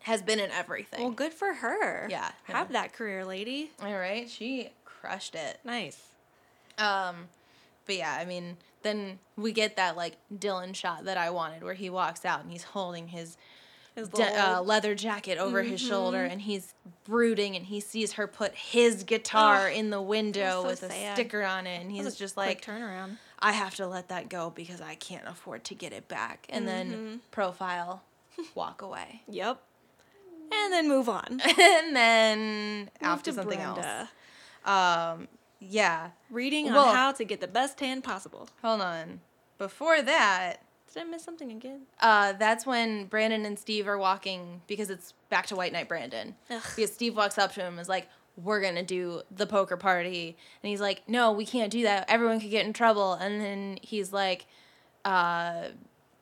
has been in everything.
Well, good for her.
Yeah,
Have
yeah.
that career, lady.
All right, she crushed it.
Nice.
Um, but yeah, I mean, then we get that like Dylan shot that I wanted, where he walks out and he's holding his
His
de- uh,
little-
leather jacket over his
Mm-hmm.
shoulder, and he's brooding, and he sees her put his guitar
Ugh,
in the window
so
with a
sad.
sticker on it, and
that was
he's
a
just
quick
like,
turnaround.
I have to let that go because I can't afford to get it back. And
Mm-hmm.
then profile,
[laughs]
walk away. [laughs]
Yep. And then move on.
and then
Move
off
to
to something
Brenda.
else. Um, yeah.
Reading on
Well-
how to get the best tan possible.
Hold on. Before that,
Did I miss something again?
uh, that's when Brandon and Steve are walking because it's back to White Knight Brandon.
Ugh.
Because Steve walks up to him and is like, We're gonna do the poker party. And he's like, No, we can't do that. Everyone could get in trouble. And then he's like, uh,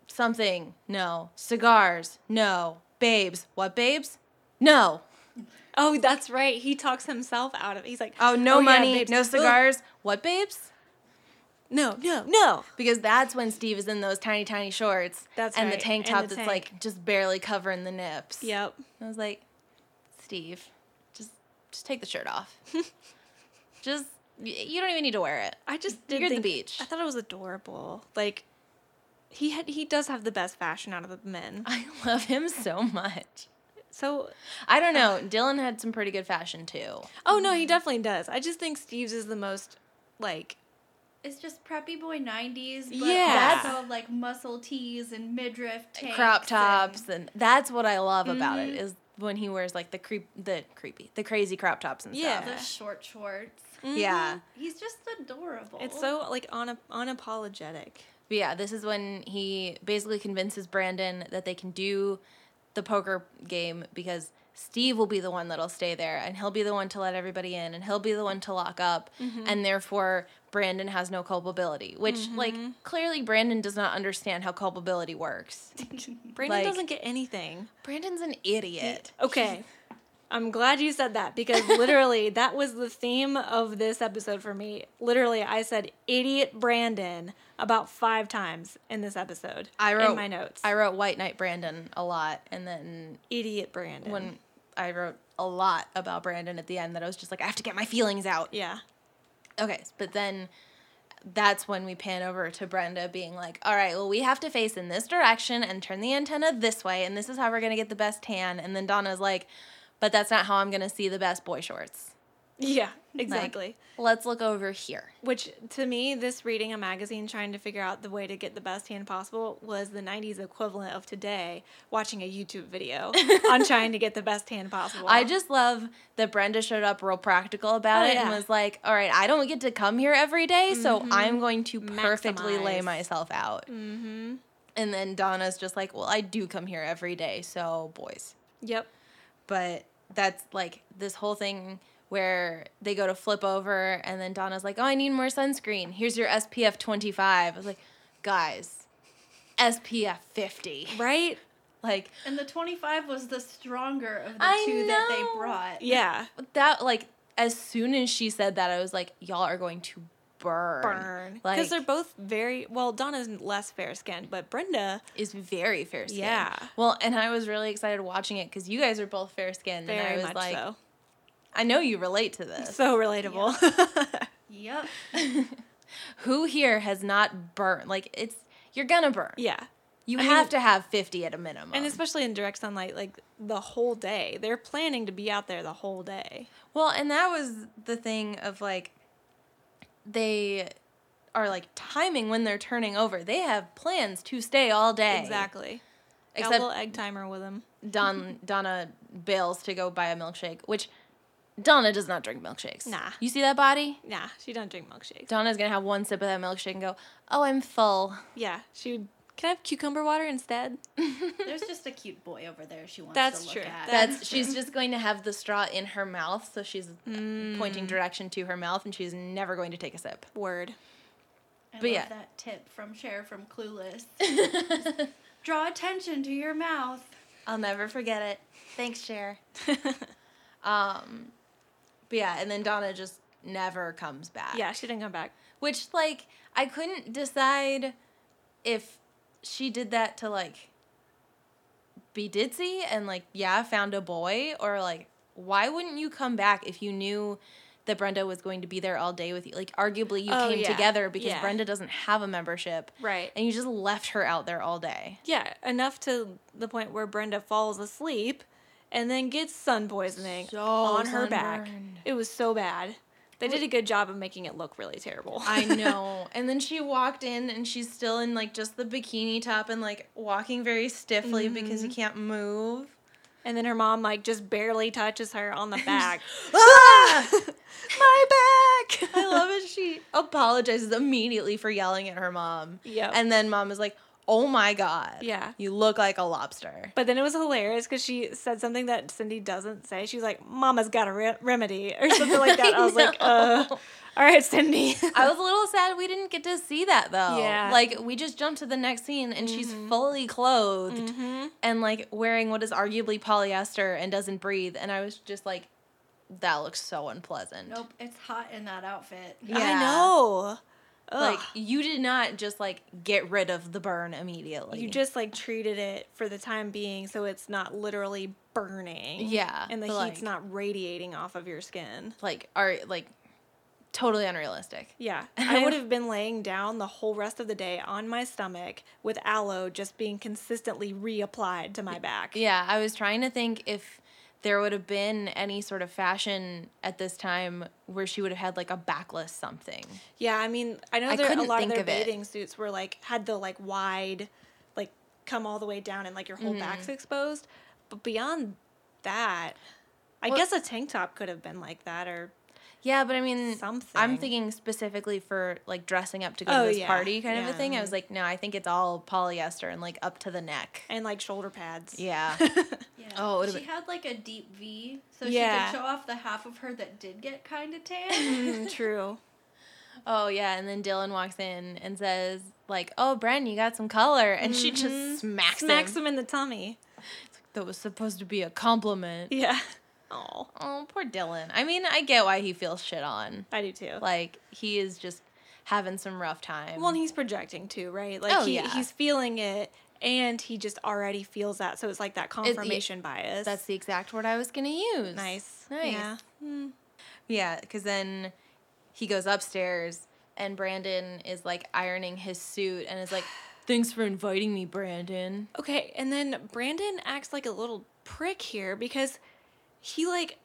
Something, no. Cigars, no. Babes, what babes? No.
Oh, that's right. He talks himself out of it. He's like,
Oh, no
yeah,
money,
babes. [laughs]
no
Ugh.
cigars. What babes?
No, no, no.
Because that's when Steve is in those tiny, tiny shorts
That's
and
right,
the tank
and
top
the
that's
tank.
like just barely covering the nips.
Yep.
I was like, Steve, just just take the shirt off. [laughs] just y- you don't even need to wear it.
I just did
You're at the
think-
beach.
I thought it was adorable. Like he had he does have the best fashion out of the men.
I [laughs] love him so much.
So
I don't know. Dylan had some pretty good fashion too.
oh no, he definitely does. I just think Steve's is the most like
It's just preppy boy 90s, but
Yeah.
also like muscle tees and midriff tanks
Crop
and-
tops and, that's what I love about it is when he wears like the creep the creepy the crazy crop tops and
Yeah.
stuff. Mm-hmm.
the short shorts.
Mm-hmm.
Yeah.
He's just adorable.
it's
[laughs]
so like on unapologetic.
But yeah, this is when he basically convinces Brandon that they can do the poker game because Steve will be the one that'll stay there and he'll be the one to let everybody in and he'll be the one to lock up and therefore Brandon has no culpability, which like clearly Brandon does not understand how culpability works.
Brandon
Like-
doesn't get anything.
Brandon's an idiot.
Okay. I'm glad you said that because [laughs] literally that was the theme of this episode for me. Literally, I said idiot Brandon about five times in this episode.
I wrote
in my notes.
I wrote White Knight Brandon a lot and then
idiot Brandon.
when I wrote a lot about Brandon at the end that I was just like, I have to get my feelings out.
Yeah.
Okay, but then that's when we pan over to Brenda being like, all right, well, we have to face in this direction and turn the antenna this way, and this is how we're going to get the best tan. And then Donna's like, but that's not how I'm going to see the best boy shorts.
Yeah, exactly.
Let's look over here.
Which to me, this reading a magazine trying to figure out the way to get the best tan possible was the 90s equivalent of today watching a YouTube video
[laughs]
on trying to get the best tan possible.
I just love that Brenda showed up real practical
Oh,
about it and
yeah. Mm-hmm.
was like, all right, I don't get to come here every day, so I'm going to perfectly lay
Maximize.
myself out. Mm-hmm. And then Donna's just like, well, I do come here every day, so boys.
Yep.
But that's like this whole thing where they go to flip over, and then Donna's like, oh, I need more sunscreen. Here's your SPF 25. I was like, guys, SPF 50.
Right?
[laughs] Like,
And the 25 was the stronger of the
I
two that
know.
they brought.
Yeah.
that like as soon as she said that i was like y'all are going to burn
Burn. Because
like
they're both very, well, Donna's less fair skinned, but Brenda,
is very fair skinned
Yeah.
well and i was really excited watching it because you guys are both fair skinned and i
very
was
much
like
so.
i know you relate
[laughs]
to this
So relatable.
Yep.
who here has not burned like it's you're gonna burn
[laughs]
[laughs]
yeah.
you
I mean-
have to have 50 at a minimum
And especially in direct sunlight, like the whole day. They're planning to be out there the whole day.
Well, and that was the thing of like they are like timing when they're turning over. They have plans to stay all day.
Exactly. Got a
Except
little egg timer with them.
[laughs] Don Donna bails to go buy a milkshake, which Donna does not drink milkshakes.
Nah.
You see that body?
Nah, she don't drink milkshakes.
Donna's gonna have one sip of that milkshake and go, "Oh, I'm full."
Yeah, she would. Can I have cucumber water instead?
There's just a cute boy over there she wants
That's
to look
true.
at.
That-
[laughs] That's she's just going to have the straw in her mouth, so she's pointing direction to her mouth, and she's never going to take a sip.
Word.
I
but
love
yeah.
that tip from Cher from
[laughs]
Clueless. [laughs] Draw attention to your mouth.
I'll never forget it. Thanks,
[laughs]
Cher. um, but yeah, and then Donna just never comes back.
Yeah, she didn't come back.
Which, like, I couldn't decide if she did that to, like, be ditzy and, like, yeah, found a boy, or, like, why wouldn't you come back if you knew that Brenda was going to be there all day with you? Like, arguably, you
Oh,
came
yeah.
together because
Yeah.
Brenda doesn't have a membership.
Right.
And you just left her out there all day.
Yeah, enough to the point where Brenda falls asleep and then gets sun poisoning
So
on her back.
sunburned.
It was so bad. They did a good job of making it look really terrible. [laughs]
I know. and then she walked in and she's still in like just the bikini top and like walking very stiffly because
Mm-hmm.
you can't move.
[laughs] and then her mom like just barely touches her on [laughs] the back.
Ah!
My back.
[laughs] I love it. She apologizes immediately for yelling at her mom.
Yep.
And then mom is like, oh my God.
Yeah.
You look like a lobster.
But then it was hilarious because she said something that Cindy doesn't say. She's like, "Mama's got a re- remedy" or something like that. [laughs] I, was like, uh,
know.
"All right, Cindy." [laughs]
I was a little sad we didn't get to see that though.
Yeah. Mm-hmm.
Like we just jumped to the next scene and she's fully clothed and like wearing what is arguably polyester and doesn't breathe. And I was just like, that looks so unpleasant.
Nope, it's hot in that outfit.
Yeah.
I know. Ugh.
Like you did not just like get rid of the burn immediately.
you just like treated it for the time being, so it's not literally burning.
Yeah,
and the
but,
heat's
like-
not radiating off of your skin.
like are like totally unrealistic. [laughs]
Yeah, I would have been laying down the whole rest of the day on my stomach with aloe just being consistently reapplied to my back.
Yeah, I was trying to think if there would have been any sort of fashion at this time where she would have had like a backless something.
Yeah, I mean, I know
I
there, a
couldn't
lot of
think
their
of it.
bathing suits were like had the like wide, like come all the way down and like your whole
Mm-hmm.
back's exposed. But beyond that, I
Well-
guess a tank top could have been like that, or
Yeah, but I mean, I'm
Something.
thinking specifically for like dressing up to go
Oh,
to this
yeah,
party kind of a
yeah.
thing. I was like, no, I think it's all polyester and like up to the neck. [laughs]
and like shoulder pads.
Yeah.
Yeah.
Oh, it would've
she
been-
had like a deep V, so
Yeah.
she could show off the half of her that did get kind of
[laughs]
tan.
Mm, true.
oh yeah, and then Dylan walks in and says like, "Oh, Bren, you got some color," and she just Mm-hmm. smacks,
Smacks
him.
him in the tummy.
That was supposed to be a compliment.
Yeah. Oh,
Oh, poor Dylan. I mean, I get why he feels shit on.
I do too.
Like he is just having some rough time.
well, and he's projecting too, right? Like
Oh,
he,
yeah.
he's feeling it, and he just already feels that. So it's like that
yeah,
confirmation bias.
That's the exact word I was gonna use.
nice.
Nice.
Yeah.
Yeah, because then he goes upstairs and Brandon is like ironing his suit and is like, Thanks for inviting me, Brandon.
Okay, and then Brandon acts like a little prick here because he like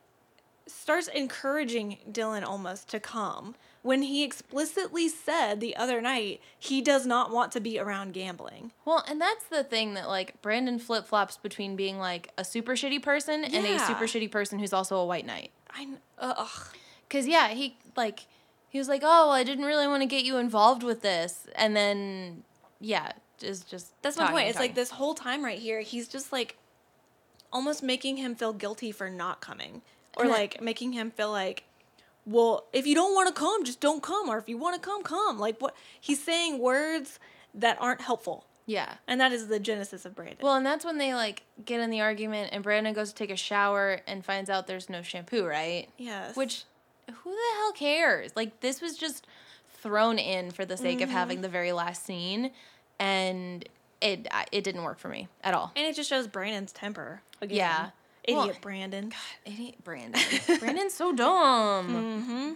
starts encouraging Dylan almost to come when he explicitly said the other night he does not want to be around gambling.
Well, and that's the thing that like Brandon flip flops between being like a super shitty person and a
Yeah.
super shitty person who's also a white knight.
I kn- uh, ugh.
Cause yeah, he like he was like, Oh, well, I didn't really want to get you involved with this and then yeah, just just
That's my
talking
point.
and
It's like
talking.
this whole time right here, he's just like almost making him feel guilty for not coming, or
And I-
like making him feel like, well, if you don't want to come, just don't come, or if you want to come, come. Like what he's saying words that aren't helpful,
Yeah.
and that is the genesis of Brandon.
Well, and that's when they like get in the argument, and Brandon goes to take a shower and finds out there's no shampoo, right?
yes,
Which, who the hell cares? Like, this was just thrown in for the sake of having the very last scene, and it I- it didn't work for me at all.
and it just shows Brandon's temper again.
Yeah.
idiot
Well-
Brandon.
Idiot Brandon. [laughs] Hmm. Brandon's so dumb.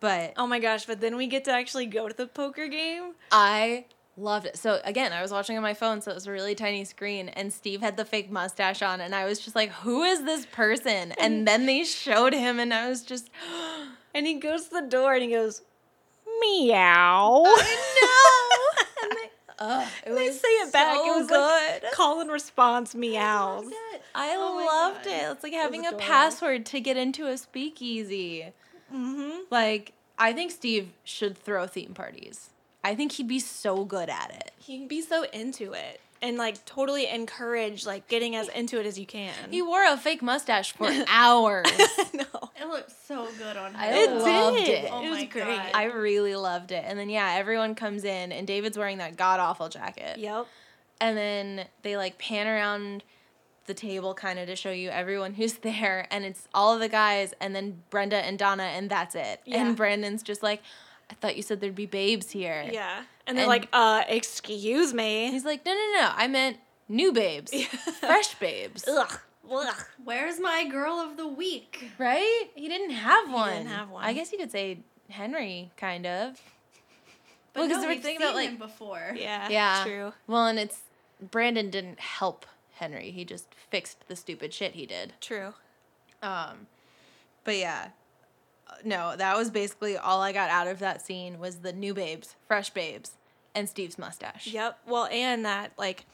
But
Mm-hmm. Oh my gosh! But then we get to actually go to the poker game.
I loved it. So again, I was watching on my phone, so it was a really tiny screen, and Steve had the fake mustache on, and I was just like, "Who is this person?" And then they showed him, and I was just,
And he goes to the door and he goes,
[laughs]
meow.
Oh, I know. And they, Ugh, it
they
was
say it back.
so
it was
good.
like call and response meows.
I
Oh my
loved
God.
it. It's like having a
adorable.
password to get into a speakeasy.
Mm-hmm.
Like I think Steve should throw theme parties. I think he'd be so good at it.
He can be so into it and like totally encourage like getting as into it as you can. [laughs]
He wore a fake mustache for hours.
no.
It looked so good on him.
I
It
though.
loved
did.
it.
Oh
it was
my
great.
God.
I really loved it. And then yeah, everyone comes in and David's wearing that god awful jacket.
Yep.
and then they like pan around the table kind of to show you everyone [laughs] who's there and it's all of the guys and then brenda and donna and that's it
Yeah.
and brandon's just like i thought you said there'd be babes here
Yeah. And they're
And-
like, uh, excuse me.
he's like no no no i meant new babes [laughs] fresh babes
Ugh. Ugh.
Where's my girl of the week?
right he didn't have one
didn't have one.
i guess you could say henry kind of
But
Well, 'cause
no,
we're
we've
thinking
seen
about, like-
him before.
Yeah.
yeah
True.
well and it's brandon didn't help henry he just fixed the stupid shit he did
True.
Um, but yeah, uh, no, that was basically all I got out of that scene was the new babes, fresh babes, and Steve's mustache.
Yep. Well, and that like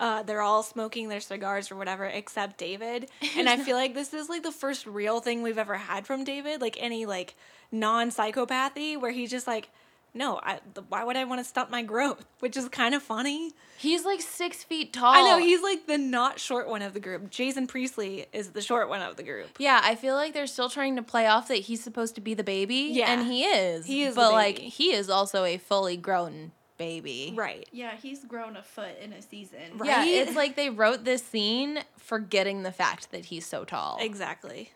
uh, they're all smoking their cigars or whatever, except
[laughs]
David. And I feel like this is like the first real thing we've ever had from David, like any like non psychopathy, where he's just like, no, I, th- why would I want to stop my growth? [laughs] Which is kind of funny.
He's like six feet tall.
I know he's like the not short one of the group. Jason Priestley is the short one of the group.
Yeah, I feel like they're still trying to play off that he's supposed to be the baby.
Yeah.
and he is.
He is the
but like
baby.
he is also a fully grown baby.
Right.
Yeah, he's grown a foot in a season.
Right.
Yeah, it's like they wrote this scene forgetting the fact that he's so tall.
Exactly.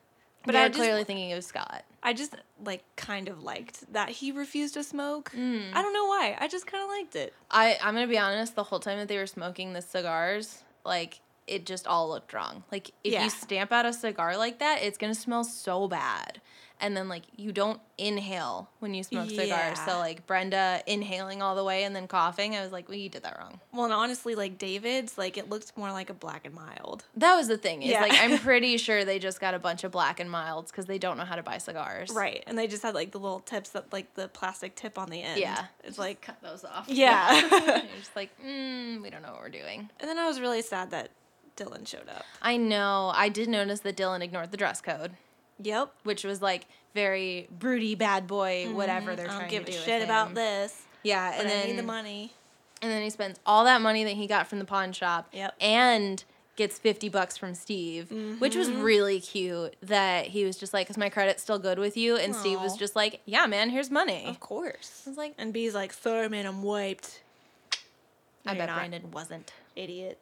But
But
they're
I just,
clearly thinking it was Scott.
I just like kind of liked that he refused to smoke.
Mm.
I don't know why. I just kind of liked it.
I I'm gonna be honest. The whole time that they were smoking the cigars, like it just all looked wrong. Like if
Yeah.
you stamp out a cigar like that, it's gonna smell so bad. And then like you don't inhale when you smoke cigars. So
Yeah.
like Brenda inhaling all the way and then coughing, I was like, well, you did that wrong.
Well, and honestly, like David's, like it looks more like a black and mild.
That was the thing. Is
Yeah.
like
[laughs]
I'm pretty sure they just got a bunch of black and milds because they don't know how to buy cigars.
Right. And they just had like the little tips that, like the plastic tip on the end.
Yeah.
It's
Like
like,
cut those off. [laughs]
yeah.
You're just like, mm, we don't know what we're doing.
[laughs] and then I was really sad that Dylan showed up.
I know. I did notice that Dylan ignored the dress code.
Yep.
which was like very broody bad boy whatever they're
Mm-hmm. I
trying
don't give
to
a
do with
shit
him.
about this.
yeah
But
and
I need the
then
money.
and then he spends all that money that he got from the pawn shop
Yep.
and gets 50 bucks from steve which was
Mm-hmm.
really cute that he was just like is my credit still good with you and steve was
Aw.
just like yeah man here's money
Of course.
i was like
And B's like, Thurman, I'm wiped.
i
you're
bet
not.
brandon wasn't
Idiot.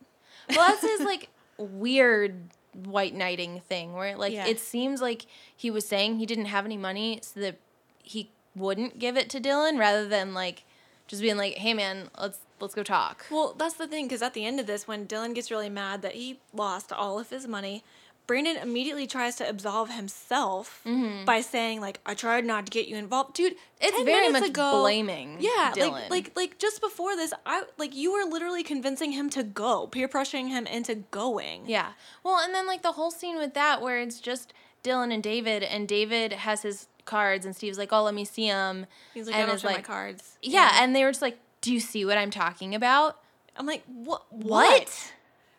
Well, that's his like weird white knighting thing where like
Yeah.
it seems like he was saying he didn't have any money so that he wouldn't give it to Dylan rather than like just being like, "Hey man, let's Let's go talk.
Well, that's the thing, because at the end of this, when Dylan gets really mad that he lost all of his money, Brandon immediately tries to absolve himself by saying, like, I tried not to get you involved. Dude,
Mm-hmm. It's
10
very
minutes
much
ago,
blaming
Yeah,
Dylan.
like like like just before this, I like you were literally convincing him to go, peer pressuring him into going.
Yeah. Well, and then like the whole scene with that where it's just Dylan and David, and David has his cards, and Steve's like, "Oh, let me see them."
He's like,
and
I don't
is
show my cards.
Yeah, and they were just like, "Do you see what I'm talking about?"
I'm like, what? What?
What?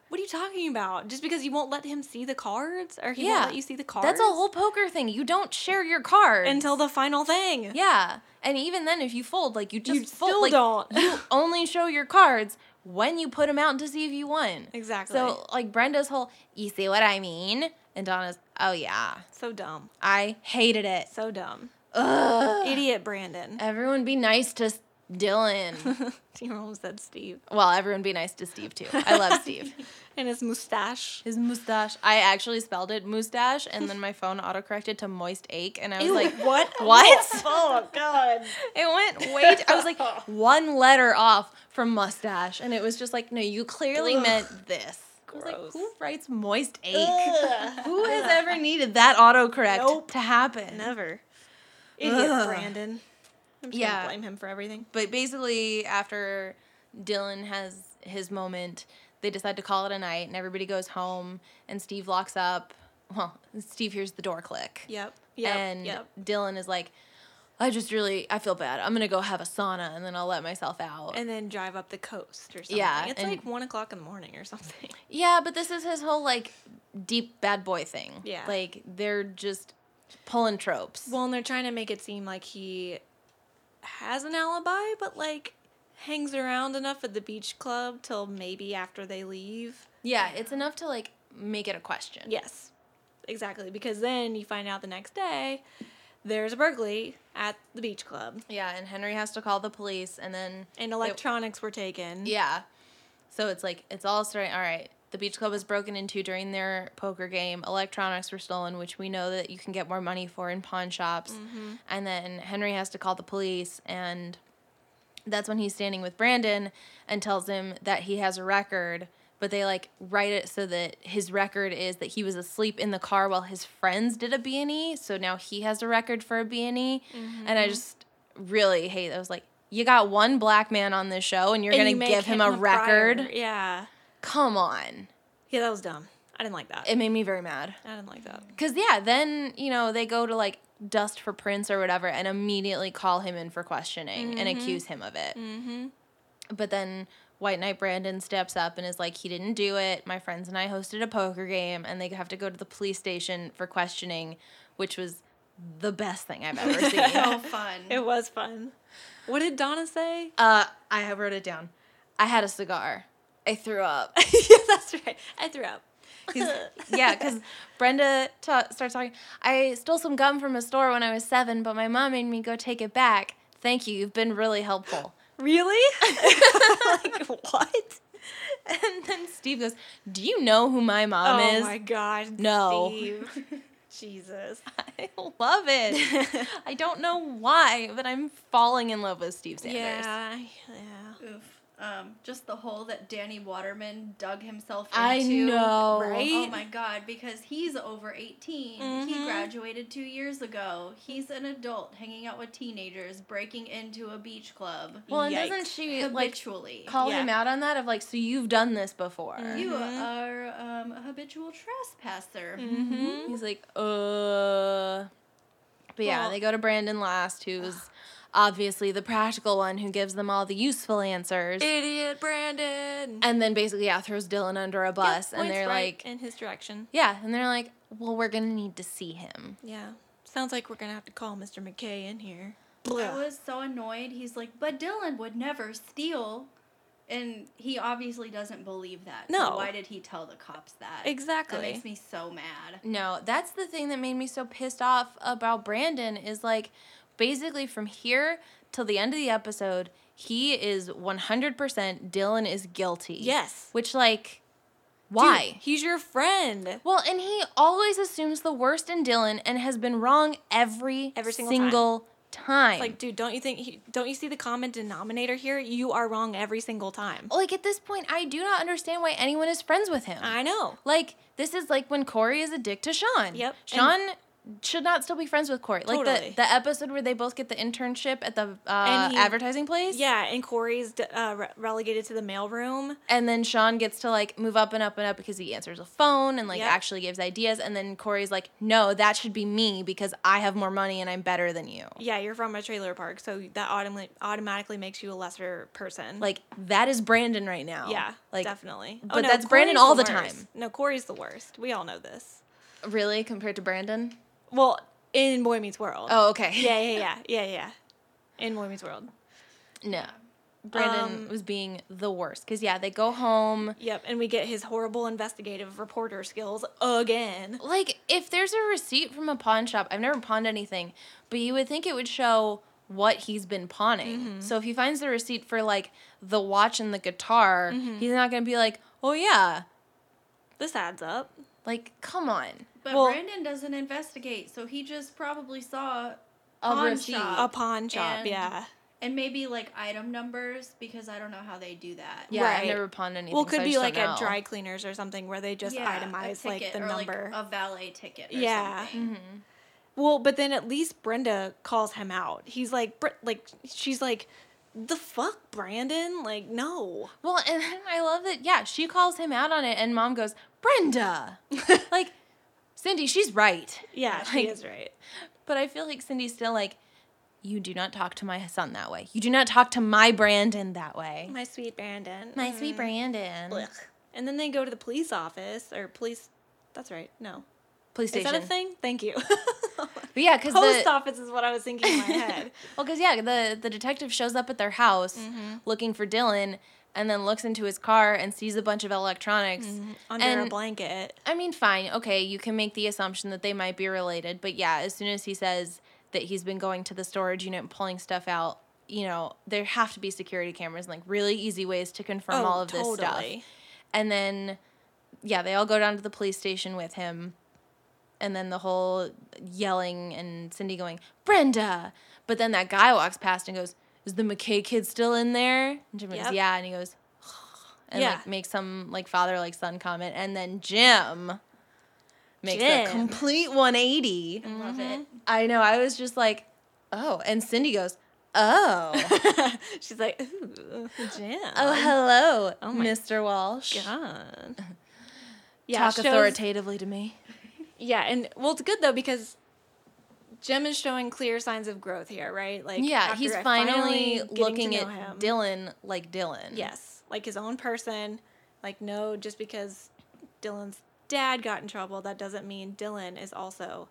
What are you talking about? Just because you won't let him see the cards, or he won't let you see the cards?
That's a whole poker thing. You don't share your cards
until the final thing.
yeah. And even then, if you fold, like you just
You
fold,
still
like,
don't. [laughs]
you only show your cards when you put them out to see if you won.
Exactly.
So like Brenda's whole, "You see what I mean?" And Donna's, "Oh yeah,
So dumb.
I hated it."
So dumb. [laughs]
Ugh.
Idiot Brandon.
Everyone be nice to S-
[laughs]
Dylan.
you almost said Steve.
well, everyone be nice to Steve too. I
[laughs]
love Steve.
And his mustache.
His mustache. I actually spelled it mustache, and then my phone autocorrected to moist ache, and I
[laughs]
was like,
what?
"What?"
Oh God.
It went way. T- I
[laughs]
was like one letter off from mustache, and it was just like, "No, you clearly
Ugh.
meant this." I was like,
Gross.
"Who writes moist ache? [laughs] Who has ever needed that autocorrect
Nope.
to happen?"
Never. Idiot
Ugh.
Brandon. I'm just
Yeah.
gonna blame him for everything.
But basically, after Dylan has his moment, they decide to call it a night, and everybody goes home, and Steve locks up. Well, Steve hears the door click.
Yep. Yep.
and
yep.
Dylan is like, I just really, I feel bad. I'm gonna go have a sauna, and then I'll let myself out.
And then drive up the coast or something.
Yeah,
It's
and-
like one o'clock in the morning or something.
yeah, but this is his whole like deep bad boy thing.
Yeah.
like they're just pulling tropes.
[laughs] Well, and they're trying to make it seem like he has an alibi, but like hangs around enough at the beach club till maybe after they leave.
yeah, it's enough to like make it a question.
Yes, exactly. Because then you find out the next day there's a burglary at the beach club
yeah, and Henry has to call the police, and then
and electronics were taken.
Yeah. So it's like it's all starting. All right. The beach club was broken into during their poker game. Electronics were stolen, which we know that you can get more money for in pawn shops.
Mm-hmm.
And then Henry has to call the police, and that's when he's standing with Brandon and tells him that he has a record. But they like write it so that his record is that he was asleep in the car while his friends did a B and E. So now he has a record for a B and E. And I just really hate. I was like, you got one black man on this show, and you're
And you
gonna
make
give him a record.
prior. Yeah.
Come on.
Yeah, that was dumb. I didn't like that.
It made me very mad.
I didn't like that.
Cause yeah, then you know they go to like dust for prints or whatever, and immediately call him in for questioning and accuse him of it. Mm-hmm. But then White Knight Brandon steps up and is like, he didn't do it. My friends and I hosted a poker game, and they have to go to the police station for questioning, which was the best thing I've ever seen.
So fun.
It was fun. What did Donna say?
uh, I have wrote it down. I had a cigar. I threw up.
[laughs] yeah, that's right. I threw up. [laughs]
yeah, because Brenda ta- starts talking. I stole some gum from a store when I was seven, but my mom made me go take it back. Thank you. You've been really helpful. [laughs]
Really? [laughs] like what?
And then Steve goes, Do you know who my mom
Oh
is? [laughs]
my god.
No. [laughs]
Steve. Jesus.
I love
[laughs]
it. I don't know why, but I'm falling in love with Steve Sanders.
Yeah, yeah.
Oof. Um, just the hole that Danny Waterman dug himself into.
I know.
Right?
Oh my god, because he's over 18. He
Mm-hmm.
graduated two years ago. He's an adult hanging out with teenagers, breaking into a beach club
Well, and
Yikes.
doesn't she like
habitually.
call him
Yeah.
out on that of like, So you've done this before?
you
Mm-hmm.
are um, a habitual trespasser.
Mm-hmm.
He's like, uh. But yeah,
Well-
they go to Brandon last, who's [sighs] obviously the practical one who gives them all the useful answers.
Idiot Brandon.
and then basically, yeah, throws Dylan under a bus. and they're like,
in his direction.
yeah, and they're like, well, we're going to need to see him.
Yeah. Sounds like we're gonna have to call Mr. McKay in here.
I was so annoyed. He's like, but Dylan would never steal. And he obviously doesn't believe that. so
No.
why did he tell the cops that?
Exactly.
That makes me so mad.
No, that's the thing that made me so pissed off about Brandon is like, basically, from here till the end of the episode, he is 100% Dylan is guilty.
Yes.
Which, like,
Dude,
why?
he's your friend.
Well, and he always assumes the worst in Dylan and has been wrong every
Every single
time.
Like, dude, don't you think? He, don't you see the common denominator here? You are wrong every single time.
like at this point, I do not understand why anyone is friends with him.
I know.
Like this is like when Corey is a dick to Sean.
Yep, and-
Sean should not still be friends with Corey. Like
Totally.
the the episode where they both get the internship at the uh,
And he-
advertising place.
Yeah, and Corey's d- uh, re- relegated to the mailroom.
And then Sean gets to like move up and up and up because he answers a phone and like
Yep.
actually gives ideas. And then Corey's like, no, that should be me because I have more money and I'm better than you.
Yeah, you're from a trailer park, so that automatically automatically makes you a lesser person.
Like that is Brandon right now.
yeah,
Like
definitely. Oh,
but that's Brandon all the
worst.
time.
No, Corey's the worst. We all know this.
really compared to Brandon.
Well, in Boy Meets World.
Oh, okay.
[laughs] Yeah, yeah, yeah, yeah, yeah. In Boy Meets World.
No. Brandon
Um,
was being the worst because yeah, they go home.
Yep, and we get his horrible investigative reporter skills again.
Like, if there's a receipt from a pawn shop, I've never pawned anything, but you would think it would show what he's been pawning. So if he finds the receipt for like the watch and the guitar, he's not gonna be like, oh yeah,
This adds up.
like come on,
But
Well-
Brandon doesn't investigate, so he just probably saw
a
Pawn
receipt.
shop.
A pawn shop,
And-
yeah.
and maybe like item numbers because I don't know how they do that.
Yeah, I've
Right.
never pawned anything.
Well,
so
could
I
be
just
like
don't
at
know.
dry cleaners or something where they just
Yeah, a
itemize like
ticket
the
or,
number.
a valet ticket. Or
Yeah.
something.
well, but then at least Brenda calls him out. He's like, Br- like she's like, the fuck, Brandon? Like, no.
Well, and then I love that. Yeah, she calls him out on it, and mom goes, [laughs] Brenda, like Cindy, she's right.
Yeah, she
Like-
is right.
But I feel like Cindy's still like, you do not talk to my son that way. You do not talk to my Brandon that way. Mm.
My sweet Brandon.
My sweet Brandon.
Blech. And then they go to the police office or police. That's right. No.
Police
Is
station.
that a thing? Thank you. [laughs]
But yeah, because
Post
the
office is what I was thinking
[laughs]
in my head.
well, because yeah, the the detective shows up at their house looking for Dylan, and then looks into his car and sees a bunch of electronics.
Under a
And-
blanket.
I mean, fine, okay, you can make the assumption that they might be related, but yeah, as soon as he says that he's been going to the storage unit and pulling stuff out, you know, there have to be security cameras and like really easy ways to confirm
Oh,
all of this stuff. [laughs] And then, yeah, they all go down to the police station with him. And then the whole yelling and Cindy going, Brenda. But then that guy walks past and goes, Is the McKay kid still in there? And Jim
Yep.
goes, Yeah. And he goes, and
Yeah.
like makes some like father like son comment. And then Jim makes a
Jim.
complete 180.
Mm-hmm.
I Love it.
I know. I was just like, Oh. And Cindy goes, Oh.
[laughs] [laughs] She's like, ooh, Jim.
oh, hello,
my
Mr.
[laughs]
Walsh. [laughs]
God.
Talk
shows-
authoritatively to me.
Yeah, and well, it's good though because Jim is showing clear signs of growth here, right? Like,
yeah,
after
he's
I
finally,
getting to
looking
know
at Dylan like Dylan.
Yes, like his own person. Like, no, just because Dylan's dad got in trouble, that doesn't mean Dylan is also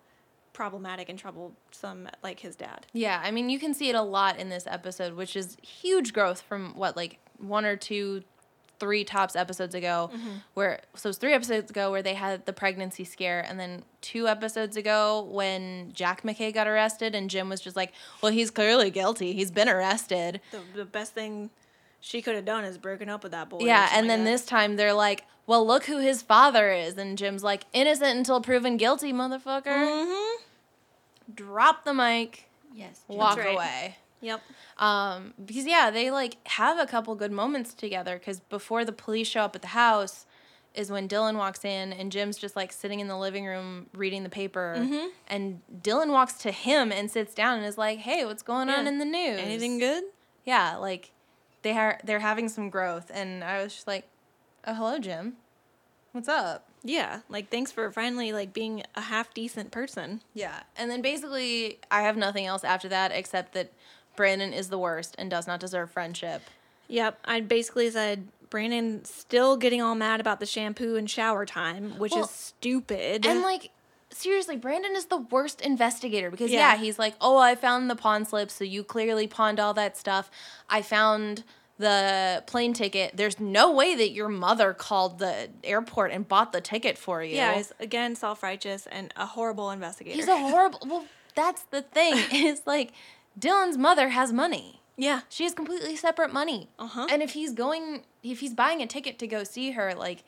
problematic and troublesome like his dad.
Yeah, I mean you can see it a lot in this episode, which is huge growth from what like one or two, three tops episodes ago,
Mm-hmm.
where so it's three episodes ago where they had the pregnancy scare, and then two episodes ago when Jack McKay got arrested and Jim was just like, well he's clearly guilty, he's been arrested.
The, the best thing she could have done is broken up with that boy. or
Yeah,
something
and
like
then
that.
this time they're like, well look who his father is, and Jim's like innocent until proven guilty, motherfucker. Mm-hmm.
Mhm.
drop the mic,
Yes. Jim.
walk
right.
away.
Yep.
Um, because yeah, they like have a couple good moments together. Because before the police show up at the house, is when Dylan walks in and Jim's just like sitting in the living room reading the paper,
Mm-hmm.
and Dylan walks to him and sits down and is like, "Hey, what's going on
Yeah.
in the news?
Anything good?
Yeah, like they are they're having some growth, and I was just like, "Oh, hello, Jim, what's up?"
Yeah. Like thanks for finally like being a half decent person.
Yeah. And then basically, I have nothing else after that except that Brandon is the worst and does not deserve friendship.
Yep. I basically said Brandon still getting all mad about the shampoo and shower time, which
Well,
is stupid.
And like, seriously, Brandon is the worst investigator because, yeah.
Yeah.
he's like, oh, I found the pawn slip, so you clearly pawned all that stuff. I found the plane ticket. There's no way that your mother called the airport and bought the ticket for you.
yeah, he's again self righteous and a horrible investigator.
he's a horrible. Well, that's the thing. [laughs] It's like, Dylan's mother has money.
yeah.
She has completely separate money.
Uh-huh.
And if he's going, if he's buying a ticket to go see her, like,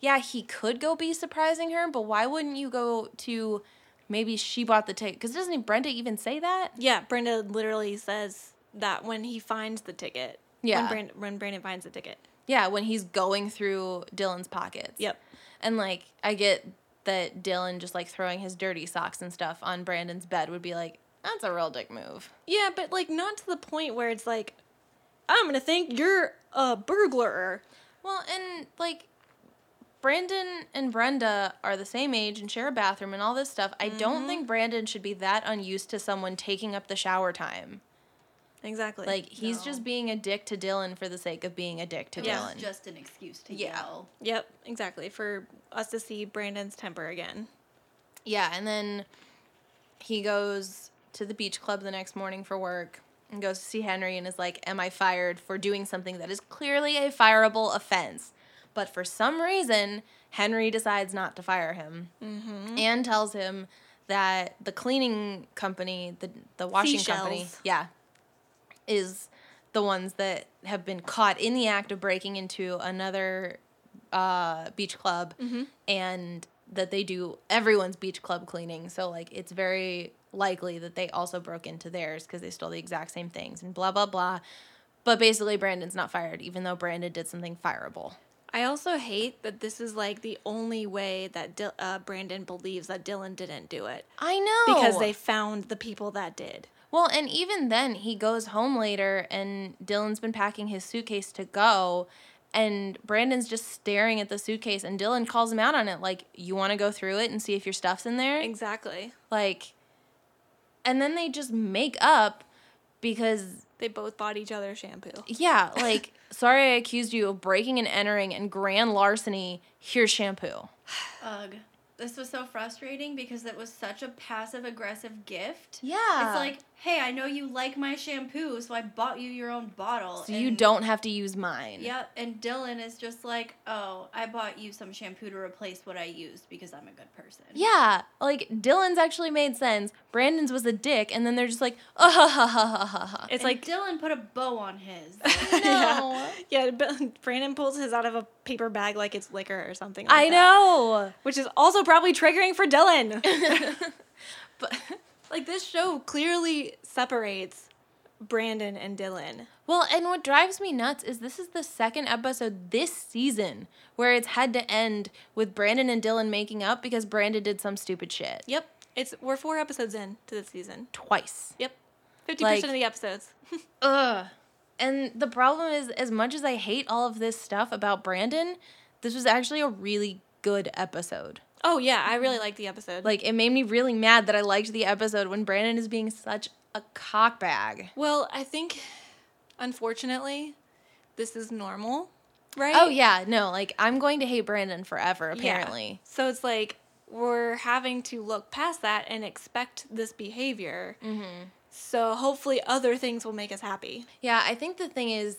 yeah, he could go be surprising her, but why wouldn't you go to maybe she bought the ticket. Because doesn't Brenda even say that?
Yeah, Brenda literally says that when he finds the ticket.
Yeah.
When, Brand- when Brandon finds the ticket.
Yeah, when he's going through Dylan's pockets.
Yep.
And like, I get that Dylan just like throwing his dirty socks and stuff on Brandon's bed would be like, that's a real dick move.
Yeah, but like not to the point where it's like, I'm gonna think you're a burglar.
Well, and like, Brandon and Brenda are the same age and share a bathroom and all this stuff. I don't think Brandon should be that unused to someone taking up the shower time.
Exactly.
Like, he's
No.
just being a dick to Dylan for the sake of being a dick to
It
Dylan.
was just an excuse to
Yeah.
yell.
Yep, exactly. For us to see Brandon's temper again.
Yeah, and then he goes to the beach club the next morning for work and goes to see Henry and is like, Am I fired for doing something that is clearly a fireable offense? But for some reason, Henry decides not to fire him and tells him that the cleaning company, the, the washing company,
Seashells.
yeah, is the ones that have been caught in the act of breaking into another uh, beach club and that they do everyone's beach club cleaning. So, like, it's very likely that they also broke into theirs because they stole the exact same things and blah, blah, blah. But basically, Brandon's not fired, even though Brandon did something fireable.
I also hate that this is like the only way that Dil uh, Brandon believes that Dylan didn't do it
I know.
because they found the people that did.
Well, and even then, he goes home later, and Dylan's been packing his suitcase to go, and Brandon's just staring at the suitcase, and Dylan calls him out on it, like, "You want to go through it and see if your stuff's in there?"
Exactly.
Like, and then they just make up because,
They both bought each other shampoo.
yeah, like, sorry, I accused you of breaking and entering and grand larceny. Here's shampoo.
Ugh. This was so frustrating because it was such a passive aggressive gift.
Yeah,
It's like, hey, I know you like my shampoo, so I bought you your own bottle.
so you
and-
don't have to use mine.
Yep, and Dylan is just like, oh, I bought you some shampoo to replace what I used because I'm a good person.
Yeah, like Dylan's actually made sense. Brandon's was a dick, and then they're just like, [laughs] oh, ha, ha, ha, ha, ha, [laughs] ha.
It's
It's
like
like Dylan put a bow on
[laughs]
his.
yeah. [laughs] yeah, but Brandon pulls his out of a paper bag like it's liquor or something. Like that,
I know.
which is also probably triggering for
[laughs]
Dylan.
But
Like this show clearly separates Brandon and Dylan.
well, and what drives me nuts is this is the second episode this season where it's had to end with Brandon and Dylan making up because Brandon did some stupid shit
Yep. It's we're four episodes in to this season.
twice.
Yep. Fifty
Like-
percent of the episodes.
Ugh. And the problem is, as much as I hate all of this stuff about Brandon, this was actually a really good episode.
Oh yeah, I really like the episode.
Like it made me really mad that I liked the episode when Brandon is being such a cockbag.
well, I think unfortunately, this is normal, right?
Oh yeah, no, like I'm going to hate Brandon forever
Yeah.
apparently.
So it's like we're having to look past that and expect this behavior. Mm-hmm. So hopefully other things will make us happy.
Yeah. I think the thing is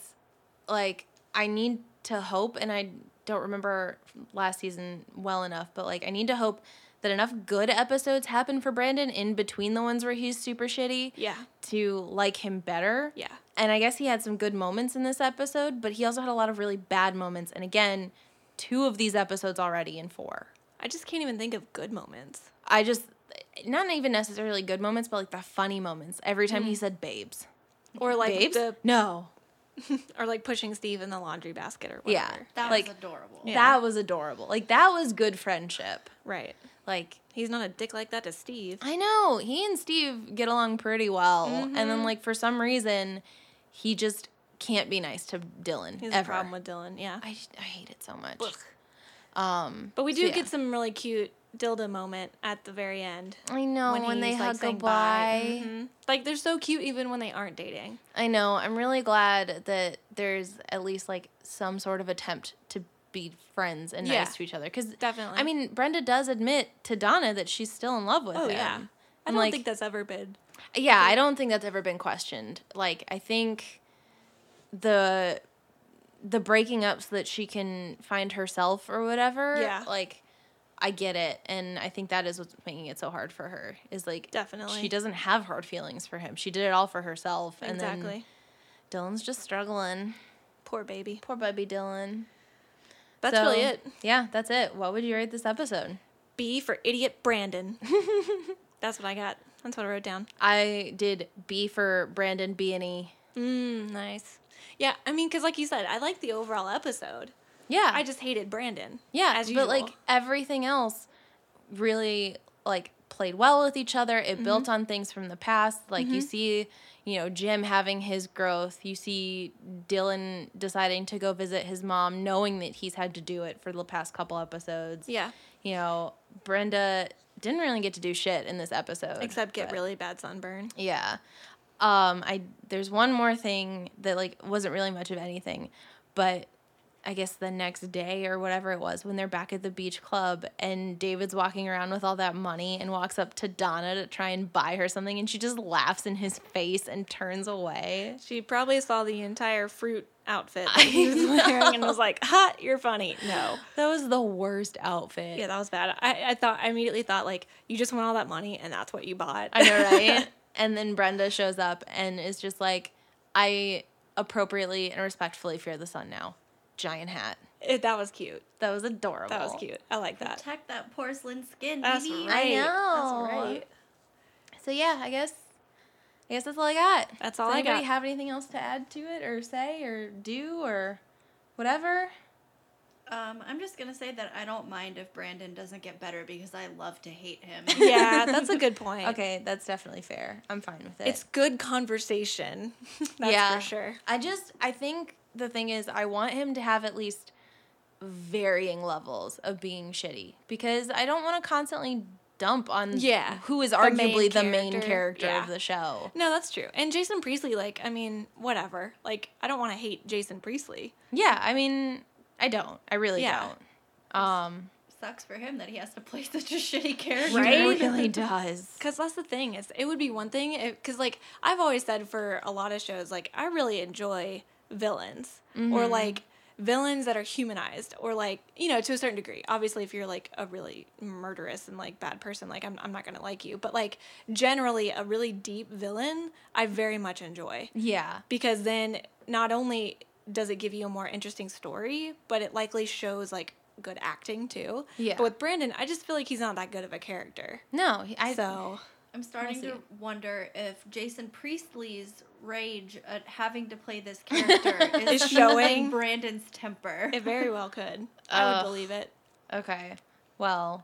like I need to hope and I don't remember last season well enough, but like I need to hope that enough good episodes happen for Brandon in between the ones where he's super shitty
Yeah.
to like him better.
Yeah.
And I guess he had some good moments in this episode, but he also had a lot of really bad moments. And again, two of these episodes already in four.
I just can't even think of good moments.
I just not even necessarily good moments, but like the funny moments. Every time he said babes.
Or like
babes?
the
no.
or like pushing Steve in the laundry basket or
Yeah.
whatever.
That
Like-
was adorable.
That was adorable. Like that was good friendship.
Right.
Like
He's not a dick like that to Steve.
I know he and Steve get along pretty well, and
Mm-hmm.
then like for some reason, he just can't be nice to Dylan
He's
ever.
a problem with Dylan, yeah.
I, I hate it so much.
Ugh.
Um,
But we do
So, yeah.
get some really cute dildo moment at the very end.
I know Oh, when, they
he's, like,
hug
saying
goodbye.
Mhm. Like they're so cute even when they aren't dating.
I know. I'm really glad that there's at least like some sort of attempt to be friends and
Yeah.
nice to each other. Because
Definitely.
I mean, Brenda does admit to Donna that she's still in love with
Oh
him.
yeah. I
I'm
don't
like-
think that's ever been.
Yeah, I don't think that's ever been questioned. Like, I think the the breaking up so that she can find herself or whatever.
Yeah.
Like, I get it, and I think that is what's making it so hard for her. Is like
Definitely.
she doesn't have hard feelings for him. She did it all for herself, and
Exactly.
then Dylan's just struggling.
Poor baby.
Poor baby Dylan.
That's
So,
really it.
Yeah, that's it. What would you rate this episode?
B for idiot Brandon. [laughs] That's what I got. That's what I wrote down.
I did B for Brandon B and E.
Mm, nice. Yeah, I mean, because like you said, I like the overall episode.
Yeah,
I just hated Brandon.
yeah,
as usual.
but like everything else, really like played well with each other.
Mm-hmm.
It built on things from the past. Like you see, you know, Jim having his growth. You see Dylan deciding to go visit his mom, knowing that he's had to do it for the past couple episodes.
yeah,
you know, Brenda didn't really get to do shit in this episode.
except get
but-
really bad sunburn.
Yeah. Um, I there's one more thing that like wasn't really much of anything, but I guess the next day or whatever it was when they're back at the beach club and David's walking around with all that money and walks up to Donna to try and buy her something and she just laughs in his face and turns away.
She probably saw the entire fruit outfit that he
[laughs]
was wearing and was like, "Ha, you're funny." No,
That was the worst outfit.
yeah, that was bad. I, I thought I immediately thought like, you just want all that money and that's what you bought.
I [laughs] know, right? and then Brenda shows up and is just like, I appropriately and respectfully fear the sun now. Giant hat.
[laughs] It- that was cute.
That was adorable.
That was cute. I like that.
Protect that porcelain skin,
That's
baby.
right.
I know.
That's
[laughs]
right.
So yeah, I guess I guess that's all I got.
That's all
Does
I
anybody
got.
have anything else to add to it or say or do or whatever?
Um, I'm just gonna say that I don't mind if Brandon doesn't get better because I love to hate him.
[laughs]
Yeah, that's a good point.
Okay, that's definitely fair. I'm fine with it.
It's good conversation. [laughs] That's
Yeah.
for sure.
I just I think the thing is I want him to have at least varying levels of being shitty because I don't want to constantly dump on
Yeah,
who is
the main
arguably the main character,
character, yeah.
of the show.
No, that's true. And Jason Priestley, like, I mean, whatever. Like, I don't want to hate Jason Priestley.
Yeah, I mean, I don't. I really
Yeah.
don't. Um
Sucks for him that he has to play such a shitty character.
Right?
[laughs] It really does.
Because that's the thing. It's, it would be one thing. Because, like, I've always said for a lot of shows, like, I really enjoy villains or,
Mm-hmm.
like, villains that are humanized or, like, you know, to a certain degree. Obviously, if you're, like, a really murderous and, like, bad person, like, I'm, I'm not going to like you. But, like, generally, a really deep villain, I very much enjoy.
Yeah.
because then not only does it give you a more interesting story, but it likely shows like good acting too.
Yeah.
But with Brandon, I just feel like he's not that good of a character.
No, he- I
so
I'm starting to
see.
wonder if Jason Priestley's rage at having to
[laughs]
play this character is
Is
showing
showing.
Brandon's temper.
it very well could. I
Ugh.
would believe it.
Okay. Well,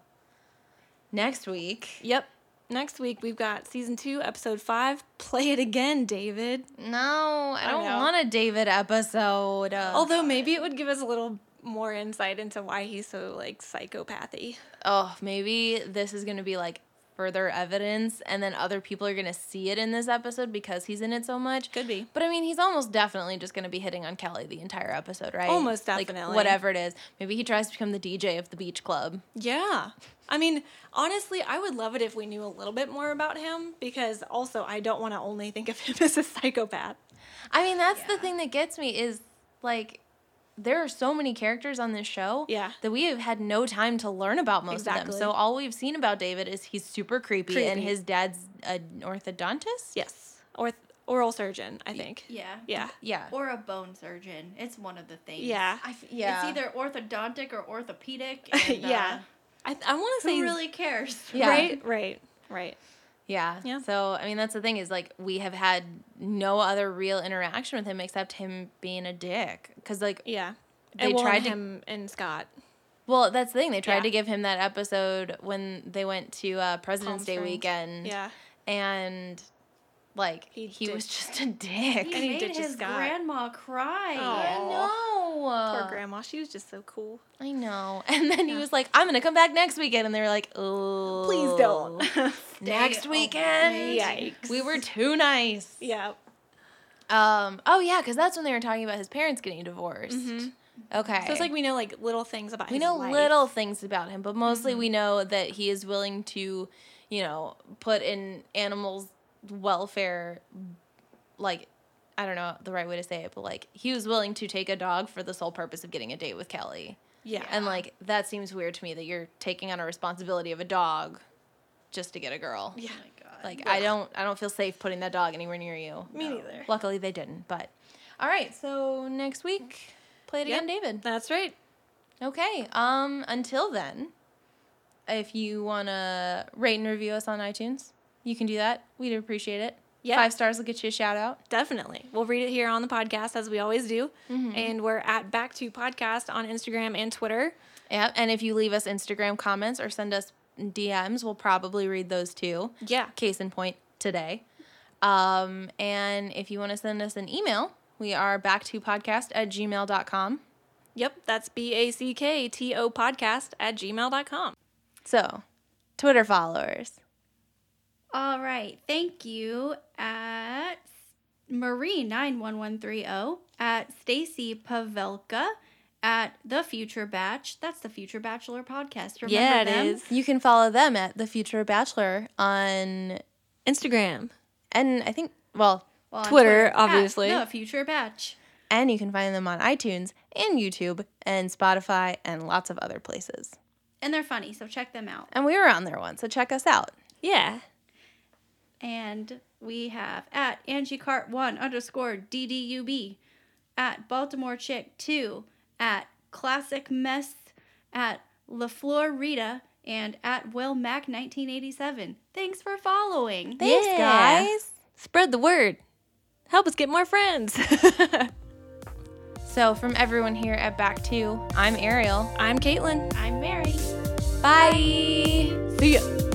next week.
Yep. Next week we've got season two, episode five. Play it again, David.
Oh, No, I don't
know. Oh,
want a David episode.
Although maybe it would give us a little more insight into why he's so like psychopathy.
oh, maybe this is going to be like further evidence and then other people are going to see it in this episode because he's in it so much.
Could be.
But I mean, he's almost definitely just going to be hitting on Kelly the entire episode, right?
Almost
Like,
definitely.
whatever it is. Maybe he tries to become the DJ of the beach club.
Yeah. I mean, honestly, I would love it if we knew a little bit more about him because also I don't want to only think of [laughs] him as a psychopath.
I mean, that's the
Yeah.
thing that gets me is like there are so many characters on this show
Yeah.
that we have had no time to learn about most of them.
Exactly.
So all we've seen about David is he's super creepy, and
Creepy.
his dad's an orthodontist.
Yes. Or oral surgeon, I think.
yeah.
Yeah.
Yeah.
Or a bone surgeon. It's one of the things.
Yeah.
I f- yeah.
It's either orthodontic or
[laughs]
orthopedic. And,
Yeah.
uh,
I, I want to say
who really cares?
Yeah.
right, right, right.
yeah.
Yeah.
So I mean, that's the thing is like we have had no other real interaction with him except him being a dick. Because like,
Yeah.
They
and well,
tried
and
to-
him and Scott.
well, that's the thing. They tried
Yeah.
to give him that episode when they went to uh, President's Day
Springs.
weekend.
Yeah.
and like he,
He
was
ditched-
just a dick. [laughs]
[laughs]
He
And he
made
ditches
his
Scott.
grandma cry.
Aw.
I know.
Poor grandma. She was just so cool.
I know. [laughs] And then he was like, "I'm gonna come back next weekend," and they were like, "Oh,
Please [laughs]
[laughs]
don't.
next
Stay
weekend."
away. Yikes.
We were too nice.
yeah.
Um. Oh yeah, because that's when they were talking about his parents getting divorced. Okay.
Mm-hmm. So it's like we know like little things about
we
his
know
life. Mm-hmm.
little things about him, but mostly we know that he is willing to, you know, put in animals' welfare. Like, I don't know the right way to say it, but like he was willing to take a dog for the sole purpose of getting a date with Kelly,
Yeah.
and like that seems weird to me that you're taking on a responsibility of a dog, just to get a girl.
yeah.
Oh my God.
Like I don't, I don't feel safe putting that dog anywhere near you.
Me neither.
Luckily they didn't. But all right, so next week, play it again,
Yep.
David.
That's right.
Okay. Um. Until then, if you want to rate and review us on iTunes, you can do that. We'd appreciate it.
Yeah.
Five stars will get you a shout out.
Definitely. We'll read it here on the podcast as we always do. And we're at Back to Podcast on Instagram and Twitter.
Yeah. And if you leave us Instagram comments or send us DMs, we'll probably read those too.
Yeah.
Case in point today. Um, and if you want to send us an email, we are back to podcast at gmail.com.
Yep, that's B A C K T O podcast at gmail.com.
So, Twitter followers.
All right. Thank you at Marie nine one one three zero at Stacy Pavelka at the Future Batch. That's the Future Bachelor podcast. Remember
Yeah, it
them?
is.
You can follow them at The Future Bachelor on,
Instagram.
and I think, well,
Well, on
Twitter,
at
obviously.
the Future Batch.
and you can find them on iTunes and YouTube and Spotify and lots of other places.
And they're funny, so check them out.
And we were on there once, so check us out.
Yeah.
And we have at Angie Cart one underscore DDUB, at Baltimore Chick two, at Classic Mess, at LaFleur Rita, and at Will Mac nineteen eighty seven. Thanks for following.
Thanks,
Yeah.
guys.
Spread the word. Help us get more [laughs] friends.
So, from everyone here at Back 2, I'm Ariel.
I'm Caitlin.
I'm Mary.
Bye.
See ya.